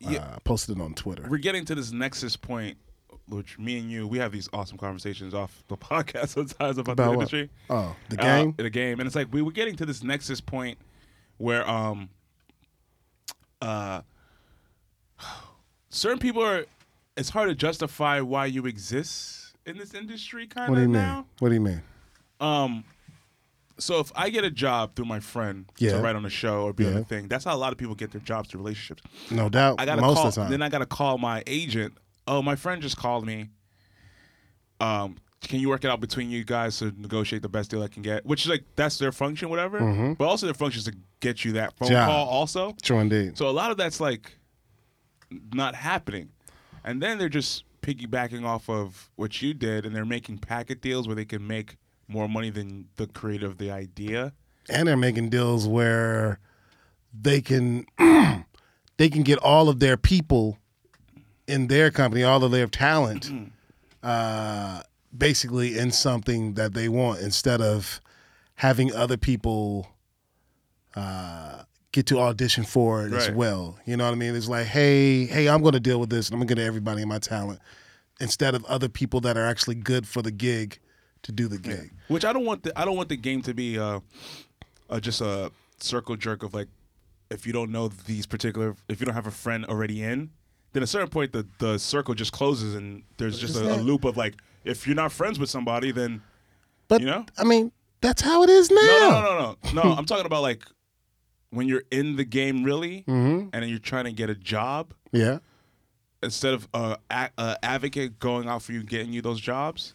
Speaker 2: Yeah.
Speaker 1: uh, posted it on Twitter.
Speaker 2: We're getting to this nexus point, which me and you we have these awesome conversations off the podcast sometimes about, the
Speaker 1: About what?
Speaker 2: industry.
Speaker 1: Oh, the
Speaker 2: uh,
Speaker 1: game.
Speaker 2: the game, and it's like we were getting to this nexus point where um, uh, certain people are. It's hard to justify why you exist in this industry, kind
Speaker 1: what do you
Speaker 2: of
Speaker 1: mean?
Speaker 2: now.
Speaker 1: What do you mean?
Speaker 2: Um, so if I get a job through my friend
Speaker 1: Yeah.
Speaker 2: to write on a show or be on
Speaker 1: Yeah.
Speaker 2: a thing, that's how a lot of people get their jobs through relationships.
Speaker 1: No doubt.
Speaker 2: I gotta
Speaker 1: most
Speaker 2: call.
Speaker 1: of the time.
Speaker 2: Then I gotta call my agent. Oh, my friend just called me. Um, can you work it out between you guys to negotiate the best deal I can get? Which is like that's their function, whatever.
Speaker 1: Mm-hmm.
Speaker 2: But also their function is to get you that phone
Speaker 1: Job.
Speaker 2: call, also.
Speaker 1: True indeed.
Speaker 2: So a lot of that's like not happening, and then they're just piggybacking off of what you did, and they're making packet deals where they can make more money than the creator of the idea.
Speaker 1: and they're making deals where they can they can get all of their people in their company all of their talent
Speaker 2: Mm-hmm.
Speaker 1: uh, basically in something that they want instead of having other people uh, get to audition for it as
Speaker 2: Right.
Speaker 1: well. You know what I mean? It's like, hey, hey, I'm going to deal with this and I'm going to get everybody in my talent instead of other people that are actually good for the gig to do the gig.
Speaker 2: Which I don't want. The, I don't want the game to be uh, uh, just a circle jerk of like, if you don't know these particular, if you don't have a friend already in, then at a certain point the the circle just closes and there's just a, a
Speaker 1: that-
Speaker 2: loop of like, if you're not friends with somebody, then
Speaker 1: But
Speaker 2: You know?
Speaker 1: I mean, that's how it is now.
Speaker 2: no, no, no, no, no. I'm talking about like when you're in the game really,
Speaker 1: Mhm.
Speaker 2: and then you're trying to get a job.
Speaker 1: Yeah.
Speaker 2: Instead of uh, a uh, advocate going out for you, getting you those jobs,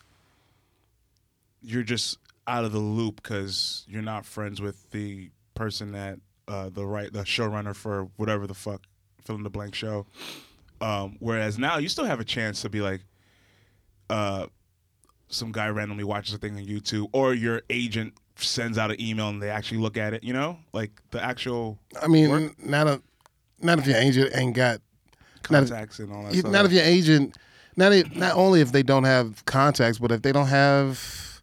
Speaker 2: you're just out of the loop because you're not friends with the person that uh, the right the showrunner for whatever the fuck fill in the blank show. Um, whereas now you still have a chance to be like, uh, some guy randomly watches a thing on YouTube, or your agent sends out an email and they actually look at it. You know, like the actual
Speaker 1: I mean, not a, not if your agent ain't got Not if-
Speaker 2: contacts and all that.
Speaker 1: You-
Speaker 2: stuff.
Speaker 1: not if your agent not if, not only if they don't have contacts but if they don't have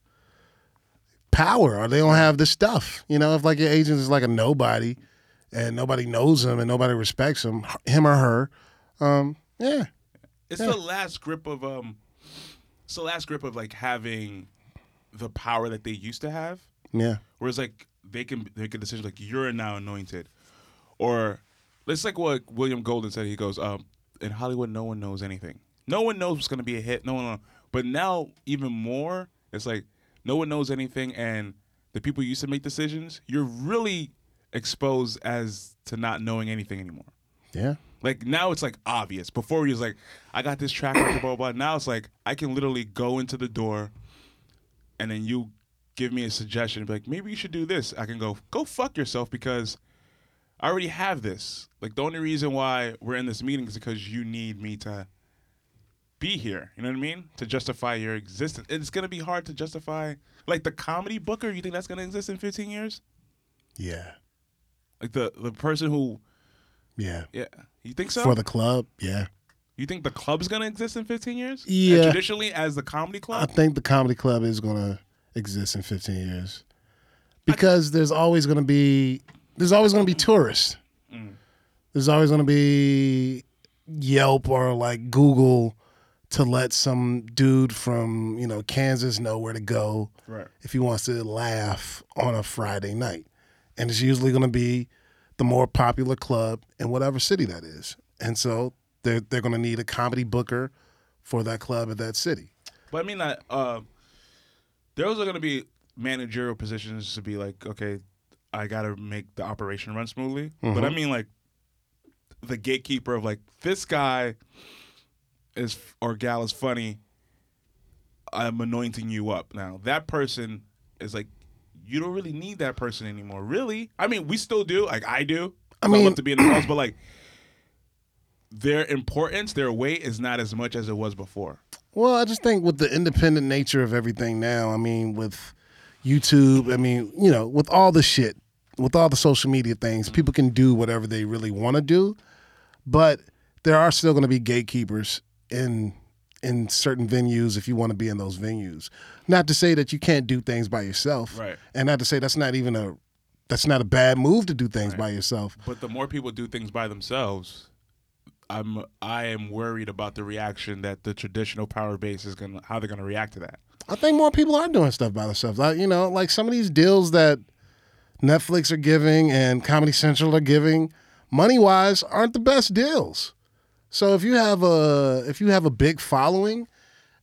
Speaker 1: power or they don't have the stuff you know if like your agent is like a nobody and nobody knows him and nobody respects him him or her um yeah
Speaker 2: It's the last grip of um, it's the last grip of like having the power that they used to have.
Speaker 1: yeah
Speaker 2: Whereas like they can make a decision like you're now anointed, or it's like what William Golden said. He goes, um, in Hollywood, no one knows anything. No one knows what's gonna be a hit. No one. Know. But now even more, it's like no one knows anything, and the people who used to make decisions, you're really exposed as to not knowing anything anymore.
Speaker 1: yeah
Speaker 2: Like now it's like obvious. Before he was like, I got this track record, blah, blah blah. Now it's like I can literally go into the door, and then you give me a suggestion, be like maybe you should do this. I can go go fuck yourself because I already have this. Like the only reason why we're in this meeting is because you need me to be here. You know what I mean? To justify your existence. It's gonna be hard to justify like the comedy booker. You think that's gonna exist in 15 years?
Speaker 1: yeah
Speaker 2: Like the the person who
Speaker 1: yeah
Speaker 2: yeah. You think so?
Speaker 1: for the club yeah
Speaker 2: You think the club's gonna exist in 15 years?
Speaker 1: Yeah.
Speaker 2: As traditionally, as the comedy
Speaker 1: I
Speaker 2: club.
Speaker 1: think the comedy club is going to exist in 15 years because there's always going to be there's always going to be tourists. There's always going to be Yelp or like Google to let some dude from, you know, Kansas know where to go
Speaker 2: Right.
Speaker 1: if he wants to laugh on a Friday night. And it's usually going to be the more popular club in whatever city that is. And so they're, they're going to need a comedy booker for that club at that city.
Speaker 2: But I mean, like, uh, those are gonna be managerial positions to be like, okay, I gotta make the operation run smoothly. But
Speaker 1: Mm-hmm.
Speaker 2: I mean, like, the gatekeeper of like this guy is or gal is funny. I'm anointing you up now. That person is like, you don't really need that person anymore, really. I mean, we still do. Like I do.
Speaker 1: I
Speaker 2: I
Speaker 1: mean-
Speaker 2: love to be in the house, but like. Their importance, their weight is not as much as it was before.
Speaker 1: Well, I just think with the independent nature of everything now, I mean, with YouTube, I mean, you know, with all the shit, with all the social media things, people can do whatever they really want to do, but there are still going to be gatekeepers in in certain venues if you want to be in those venues. Not to say that you can't do things by yourself,
Speaker 2: Right.
Speaker 1: And not to say that's not even a that's not a bad move to do things by yourself.
Speaker 2: But the more people do things by themselves, I'm I am worried about the reaction that the traditional power base is gonna how they're gonna react to that.
Speaker 1: I think more people are doing stuff by themselves. Like, you know, like some of these deals that Netflix are giving and Comedy Central are giving, money wise, aren't the best deals. So if you have a if you have a big following,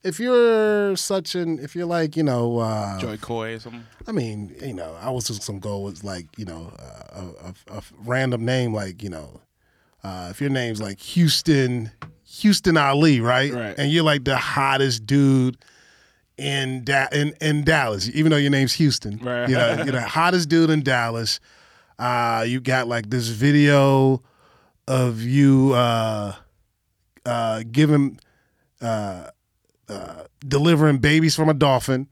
Speaker 1: if you're such an if you're like you know uh,
Speaker 2: Joy Coy or something.
Speaker 1: I mean, you know, I was just some goal was like, you know, uh, a, a, a random name like, you know, uh, if your name's like Houston, Houston Ali, right?
Speaker 2: Right.
Speaker 1: And you're like the hottest dude in da- in in Dallas, even though your name's Houston.
Speaker 2: Right.
Speaker 1: You know, you're the hottest dude in Dallas. Uh, you got like this video of you uh, uh, giving uh, delivering babies from a dolphin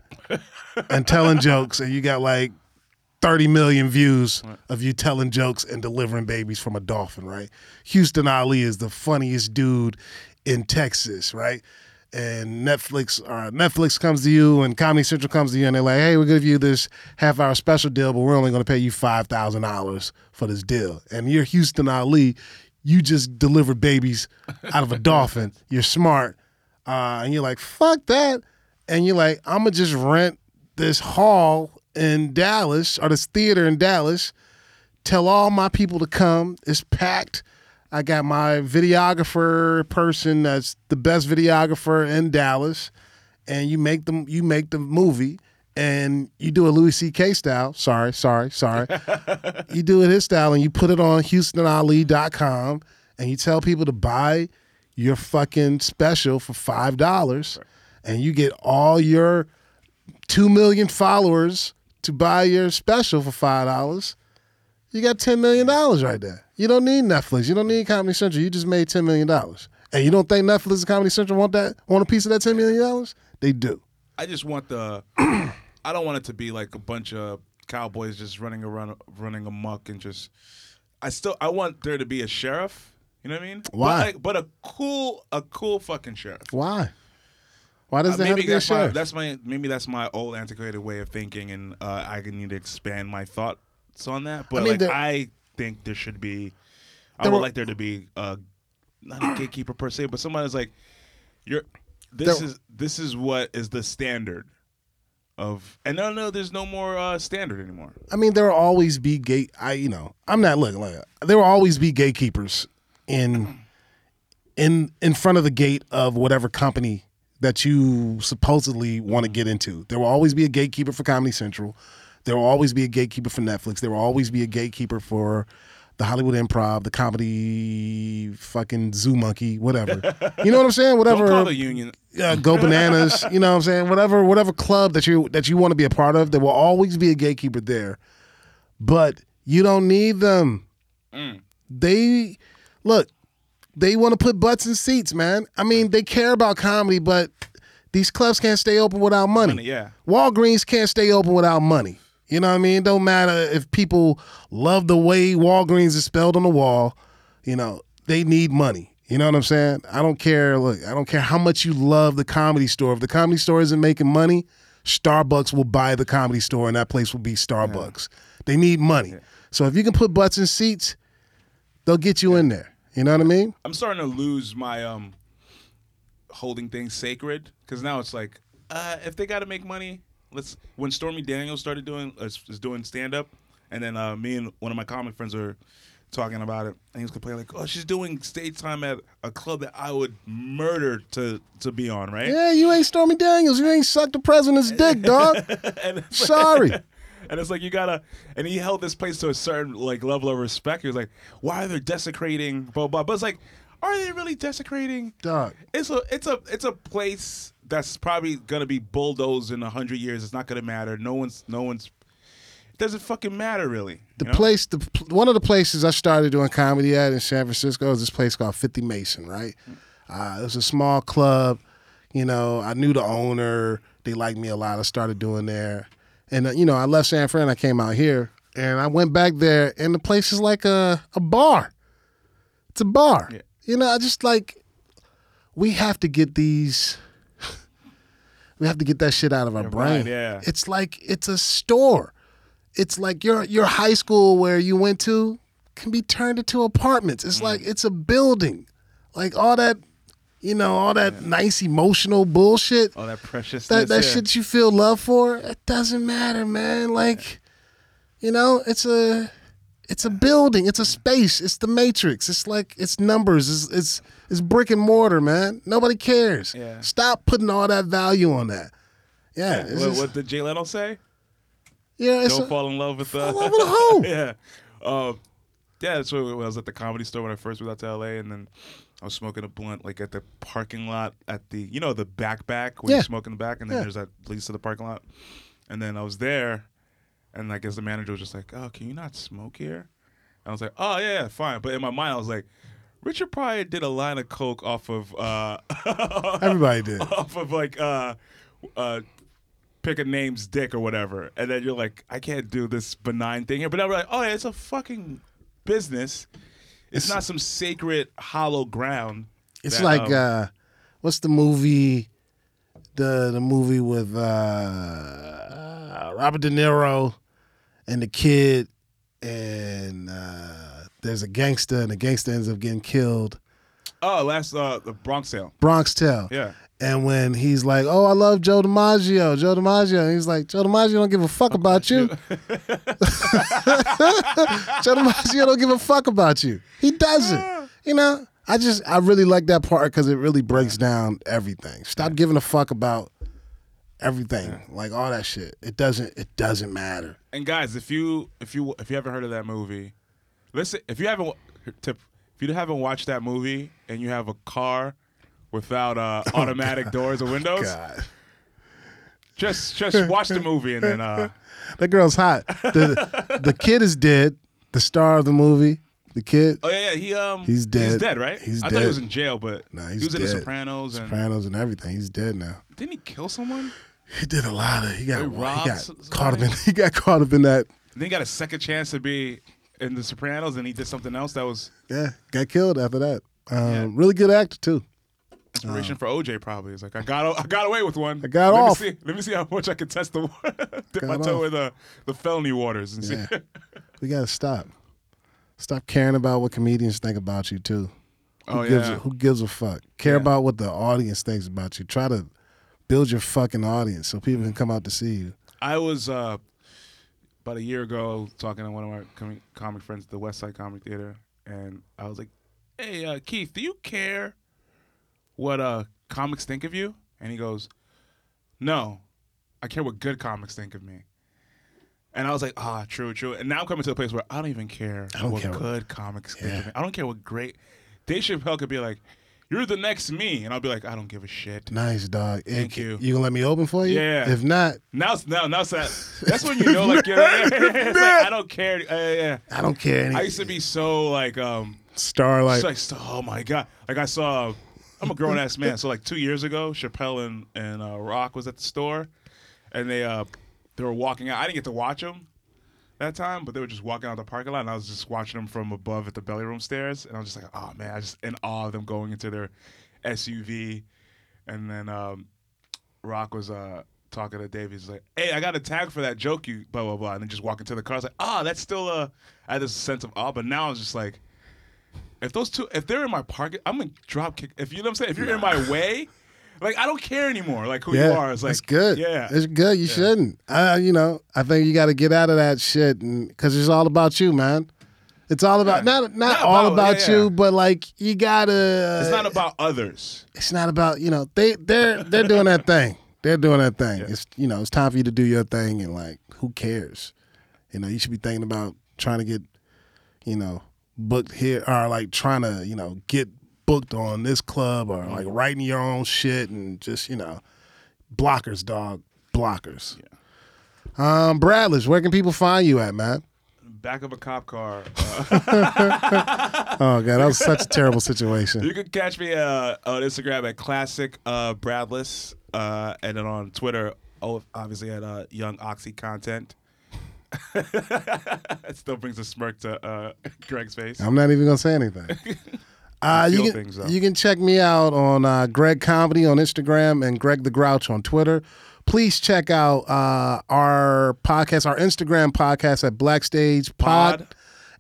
Speaker 1: and telling jokes, and you got like 30 million views of you telling jokes and delivering babies from a dolphin, right? Houston Ali is the funniest dude in Texas, right? And Netflix or Netflix comes to you and Comedy Central comes to you and they're like, hey, we're gonna give you this half hour special deal, but we're only gonna pay you five thousand dollars for this deal. And you're Houston Ali, you just delivered babies out of a dolphin. You're smart. Uh, and you're like, fuck that. And you're like, I'ma just rent this hall in Dallas or this theater in Dallas tell all my people to come. It's packed. I got my videographer person that's the best videographer in Dallas, and you make them you make the movie and you do a Louis C.K. style. Sorry, sorry, sorry. you do it his style and you put it on HoustonAli.com and you tell people to buy your fucking special for five dollars, and you get all your two million followers to buy your special for five dollars. You got ten million dollars right there. You don't need Netflix. You don't need Comedy Central. You just made ten million dollars, and you don't think Netflix and Comedy Central want that want a piece of that ten million dollars? They do.
Speaker 2: I just want the. I don't want it to be like a bunch of cowboys just running around, running amok, and just. I still, I want there to be a sheriff. You know what I mean?
Speaker 1: Why?
Speaker 2: But, like, but a cool, a cool fucking sheriff.
Speaker 1: Why? Why does
Speaker 2: Uh,
Speaker 1: that have to be a
Speaker 2: that's my,
Speaker 1: sheriff?
Speaker 2: that's my maybe that's my old antiquated way of thinking, and uh, I need to expand my thoughts on that. But
Speaker 1: mean,
Speaker 2: like,
Speaker 1: there-
Speaker 2: I think there should be. I
Speaker 1: There
Speaker 2: would
Speaker 1: were-
Speaker 2: like there to be uh, not a gatekeeper per se, but somebody that's like, you're. This
Speaker 1: There-
Speaker 2: is this is what is the standard of, and no, no, there's no more uh, standard anymore.
Speaker 1: I mean, there will always be gate. I you know, I'm not looking. Like, there will always be gatekeepers in in in front of the gate of whatever company that you supposedly want to get into. There will always be a gatekeeper for Comedy Central. There will always be a gatekeeper for Netflix. There will always be a gatekeeper for the Hollywood Improv, the comedy fucking Zoo Monkey, whatever. You know what I'm saying? Whatever
Speaker 2: Don't call the union.
Speaker 1: uh, go bananas. you know what I'm saying? Whatever whatever club that you that you want to be a part of, there will always be a gatekeeper there. But you don't need them. They look. They want to put butts in seats, man. I mean, they care about comedy, but these clubs can't stay open without money.
Speaker 2: Money, yeah.
Speaker 1: Walgreens can't stay open without money. You know what I mean? It don't matter if people love the way Walgreens is spelled on the wall. You know, they need money. You know what I'm saying? I don't care. Look, I don't care how much you love the comedy store. If the comedy store isn't making money, Starbucks will buy the comedy store and that place will be Starbucks. They need money. So if you can put butts in seats, they'll get you in there. You know what I mean?
Speaker 2: I'm starting to lose my um holding things sacred because now it's like uh, if they got to make money, let's. When Stormy Daniels started doing uh, is doing stand up, and then uh, me and one of my comic friends were talking about it, and he was complaining like, "Oh, she's doing stage time at a club that I would murder to to be on, right?"
Speaker 1: Yeah, you ain't Stormy Daniels. You ain't sucked the president's dick, dog.
Speaker 2: and it's like-
Speaker 1: Sorry.
Speaker 2: And it's like you gotta, and he held this place to a certain like level of respect. He was like, "Why are they desecrating?" Blah blah. But it's like, are they really desecrating?
Speaker 1: Dog.
Speaker 2: It's a it's a it's a place that's probably gonna be bulldozed in a hundred years. It's not gonna matter. No one's no one's. It doesn't fucking matter really.
Speaker 1: The
Speaker 2: you know?
Speaker 1: place, the pl- one of the places I started doing comedy at in San Francisco is this place called Fifty Mason. Right,
Speaker 2: Mm.
Speaker 1: uh, it was a small club. You know, I knew the owner. They liked me a lot. I started doing there, and uh, you know, I left San Fran. I came out here, and I went back there, and the place is like a a bar. It's a bar.
Speaker 2: Yeah.
Speaker 1: You know, I just like we have to get these. we have to get that shit out of our brain.
Speaker 2: mind, yeah.
Speaker 1: It's like it's a store. It's like your your high school where you went to can be turned into apartments. It's like it's a building. Like all that, you know, all that nice emotional bullshit.
Speaker 2: All that precious.
Speaker 1: that that shit you feel love for, it doesn't matter, man. Like, you know, it's a it's a building, it's a space, it's the matrix. It's like it's numbers, it's it's it's brick and mortar, man. Nobody cares.
Speaker 2: Yeah.
Speaker 1: Stop putting all that value on that. Yeah. it's
Speaker 2: What,
Speaker 1: just-
Speaker 2: what did Jay Leno say?
Speaker 1: yeah, it's
Speaker 2: Don't
Speaker 1: a-
Speaker 2: fall in love with the.
Speaker 1: Fall in love with a hoe.
Speaker 2: yeah. Um, yeah, that's what when I was at the comedy store when I first moved out to LA, and then I was smoking a blunt like at the parking lot at the you know the back back where
Speaker 1: Yeah.
Speaker 2: you smoke in the back, and then
Speaker 1: Yeah.
Speaker 2: there's that leads to the parking lot, and then I was there, and I guess the manager was just like, "Oh, can you not smoke here?" And I was like, "Oh yeah, yeah, fine," but in my mind I was like. Richard Pryor did a line of coke off of uh,
Speaker 1: everybody did.
Speaker 2: off of like uh uh pick a name's dick or whatever and then you're like i can't do this benign thing here but now we're like oh yeah, it's a fucking business it's, not some sacred hollow ground
Speaker 1: It's
Speaker 2: That,
Speaker 1: like
Speaker 2: um,
Speaker 1: uh, what's the movie? The the movie with uh, Robert De Niro and the kid, and uh, there's a gangster, and the gangster ends up getting killed.
Speaker 2: Oh, last uh, the Bronx sale.
Speaker 1: Bronx Tale.
Speaker 2: Yeah.
Speaker 1: And when he's like, "Oh, I love Joe DiMaggio, Joe DiMaggio," and he's like, "Joe DiMaggio don't give a fuck about you. Joe DiMaggio don't give a fuck about you. He
Speaker 2: Ah.
Speaker 1: doesn't. You know, I just I really like that part because it really breaks down everything. Stop giving a fuck about everything, like all that shit. It doesn't. It doesn't matter.
Speaker 2: And guys, if you if you if you haven't heard of that movie, listen. If you haven't wa- tip, if you haven't watched that movie and you have a car without uh, automatic doors or windows,
Speaker 1: God,
Speaker 2: just just watch the movie and then uh,
Speaker 1: that girl's hot. The the kid is dead. The star of the movie, the kid,
Speaker 2: oh yeah, yeah he um
Speaker 1: He's dead.
Speaker 2: He's dead, right?
Speaker 1: He's
Speaker 2: I thought he was
Speaker 1: dead.
Speaker 2: in jail, but
Speaker 1: Nah,
Speaker 2: he
Speaker 1: he's
Speaker 2: was in The
Speaker 1: dead.
Speaker 2: Sopranos and
Speaker 1: Sopranos, and everything. He's dead now.
Speaker 2: didn't he kill someone?
Speaker 1: He did a lot of. He got,
Speaker 2: They
Speaker 1: he
Speaker 2: robbed
Speaker 1: got
Speaker 2: somebody?
Speaker 1: caught up in. He got caught up in that.
Speaker 2: And then he got a second chance to be in The Sopranos, and he did something else that was
Speaker 1: Yeah, got killed after that. Um,
Speaker 2: Yeah.
Speaker 1: Really good actor too.
Speaker 2: inspiration for OJ. Probably it's like I got I got away with one. I
Speaker 1: got
Speaker 2: let
Speaker 1: off.
Speaker 2: Me see, let me see how much I can test the wa- dip my
Speaker 1: Got
Speaker 2: toe
Speaker 1: off.
Speaker 2: in the the felony waters and see.
Speaker 1: Yeah. We gotta stop. Stop caring about what comedians think about you too. Who
Speaker 2: Oh
Speaker 1: gives a,
Speaker 2: yeah.
Speaker 1: who gives a fuck? Care
Speaker 2: Yeah.
Speaker 1: about what the audience thinks about you. Try to build your fucking audience so people can come out to see you.
Speaker 2: I was uh, about a year ago talking to one of my comi- comic friends at the West Side Comedy Theater, and I was like, "Hey, uh, Keith, do you care what uh, comics think of you?" And he goes, "No, I care what good comics think of me." And I was like, "Ah, true, true." And now I'm coming to a place where I don't even care
Speaker 1: don't
Speaker 2: what
Speaker 1: care what-
Speaker 2: good comics think of
Speaker 1: Yeah.
Speaker 2: me. I don't care what great. Dave Chappelle could be like, "You're the next me," and I'll be like, "I don't give a shit."
Speaker 1: Nice dog.
Speaker 2: Thank you.
Speaker 1: You gonna let me open for you?
Speaker 2: Yeah.
Speaker 1: If not,
Speaker 2: Now, now, now, it's that that's when you know, like, you're like, it's like, I don't care. Uh, yeah,
Speaker 1: I don't care. Any
Speaker 2: I used to be so like, um,
Speaker 1: star like
Speaker 2: just like, so- oh my god, like I saw, I'm a grown ass man. So like two years ago, Chappelle and and uh, Rock was at the store, and they uh, they were walking out. I didn't get to watch them that time, but they were just walking out the parking lot, and I was just watching them from above at the belly room stairs, and I was just like, oh man, I just in awe of them going into their SUV, and then um, Rock was uh talking to Dave. He's like, "Hey, I got a tag for that joke you blah blah blah," and then just walk into the car. I was like, "Ah, that's still uh." I had this sense of awe, but now I'm just like, if those two, if they're in my pocket, I'm gonna drop kick. If you know what I'm saying, if you're in my way, like I don't care anymore. Like who
Speaker 1: yeah,
Speaker 2: you are, it's like
Speaker 1: that's good.
Speaker 2: Yeah,
Speaker 1: it's good. You shouldn't. Uh, you know, I think you got to get out of that shit, and because it's all about you, man. It's all about
Speaker 2: Yeah.
Speaker 1: not not,
Speaker 2: Not
Speaker 1: all
Speaker 2: about-
Speaker 1: about
Speaker 2: yeah,
Speaker 1: you,
Speaker 2: yeah.
Speaker 1: but like you gotta.
Speaker 2: it's not about others.
Speaker 1: It's not about you know they they're they're doing that thing. They're doing that thing. It's you know it's time for you to do your thing, and like who cares? You know you should be thinking about trying to get, you know, booked here or like trying to you know get booked on this club or like writing your own shit and just you know blockers, dog, blockers. Um, Bradless, where can people find you at, man?
Speaker 2: Back of a cop car. Uh,
Speaker 1: Oh god, that was such a terrible situation.
Speaker 2: you can catch me uh, on Instagram at classic uh, Bradless, uh, and then on Twitter, oh, obviously at uh, Young Oxy Content. it still brings a smirk to uh, Greg's face.
Speaker 1: I'm not even gonna say anything. Uh,
Speaker 2: feel
Speaker 1: you,
Speaker 2: things, though.
Speaker 1: can, you can check me out on uh, Greg Comedy on Instagram and Greg the Grouch on Twitter. Please check out uh, our podcast, our Instagram podcast at Black Stage Pod,
Speaker 2: Pod.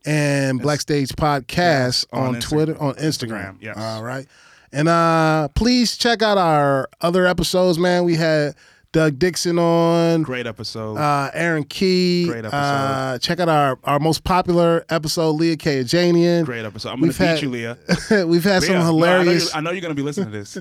Speaker 1: and Black Stage Podcast on,
Speaker 2: on Insta-
Speaker 1: Twitter on Instagram.
Speaker 2: Instagram, yes.
Speaker 1: All right. And uh, please check out our other episodes, man. We had Doug Dixon on
Speaker 2: Great episode.
Speaker 1: uh, Aaron Key.
Speaker 2: Great episode.
Speaker 1: Uh, check out our, our most popular episode, Leah Kajanian.
Speaker 2: Great episode. I'm gonna
Speaker 1: we've
Speaker 2: beat
Speaker 1: had-
Speaker 2: you, Leah.
Speaker 1: we've had
Speaker 2: Leah,
Speaker 1: some
Speaker 2: no, I know
Speaker 1: hilarious.
Speaker 2: you- I know, you're gonna be listening to this.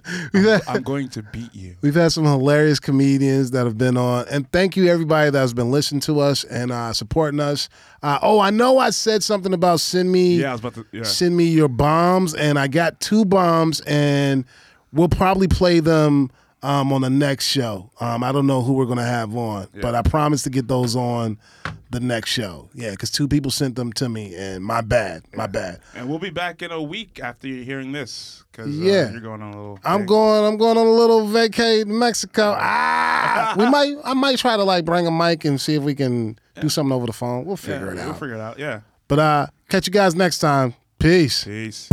Speaker 2: I'm, I'm going to beat you.
Speaker 1: We've had some hilarious comedians that have been on, and thank you everybody that has been listening to us and uh, supporting us. Uh, oh, I know I said something about send me,
Speaker 2: Yeah, I was about to. Yeah.
Speaker 1: send me your bombs, and I got two bombs, and we'll probably play them um, on the next show. Um, I don't know who we're gonna have on, but I promise to get those on the next show. Yeah, because two people sent them to me, and my bad, my bad.
Speaker 2: And we'll be back in a week after you're hearing this because
Speaker 1: Yeah.
Speaker 2: you're going on a little.
Speaker 1: I'm
Speaker 2: thing.
Speaker 1: going. I'm going on a little vacay to Mexico. Ah, we might. I might try to like bring a mic and see if we can do something over the phone. We'll
Speaker 2: Yeah,
Speaker 1: figure it
Speaker 2: We'll
Speaker 1: out.
Speaker 2: figure it out. Yeah.
Speaker 1: but uh, catch you guys next time. Peace.
Speaker 2: Peace.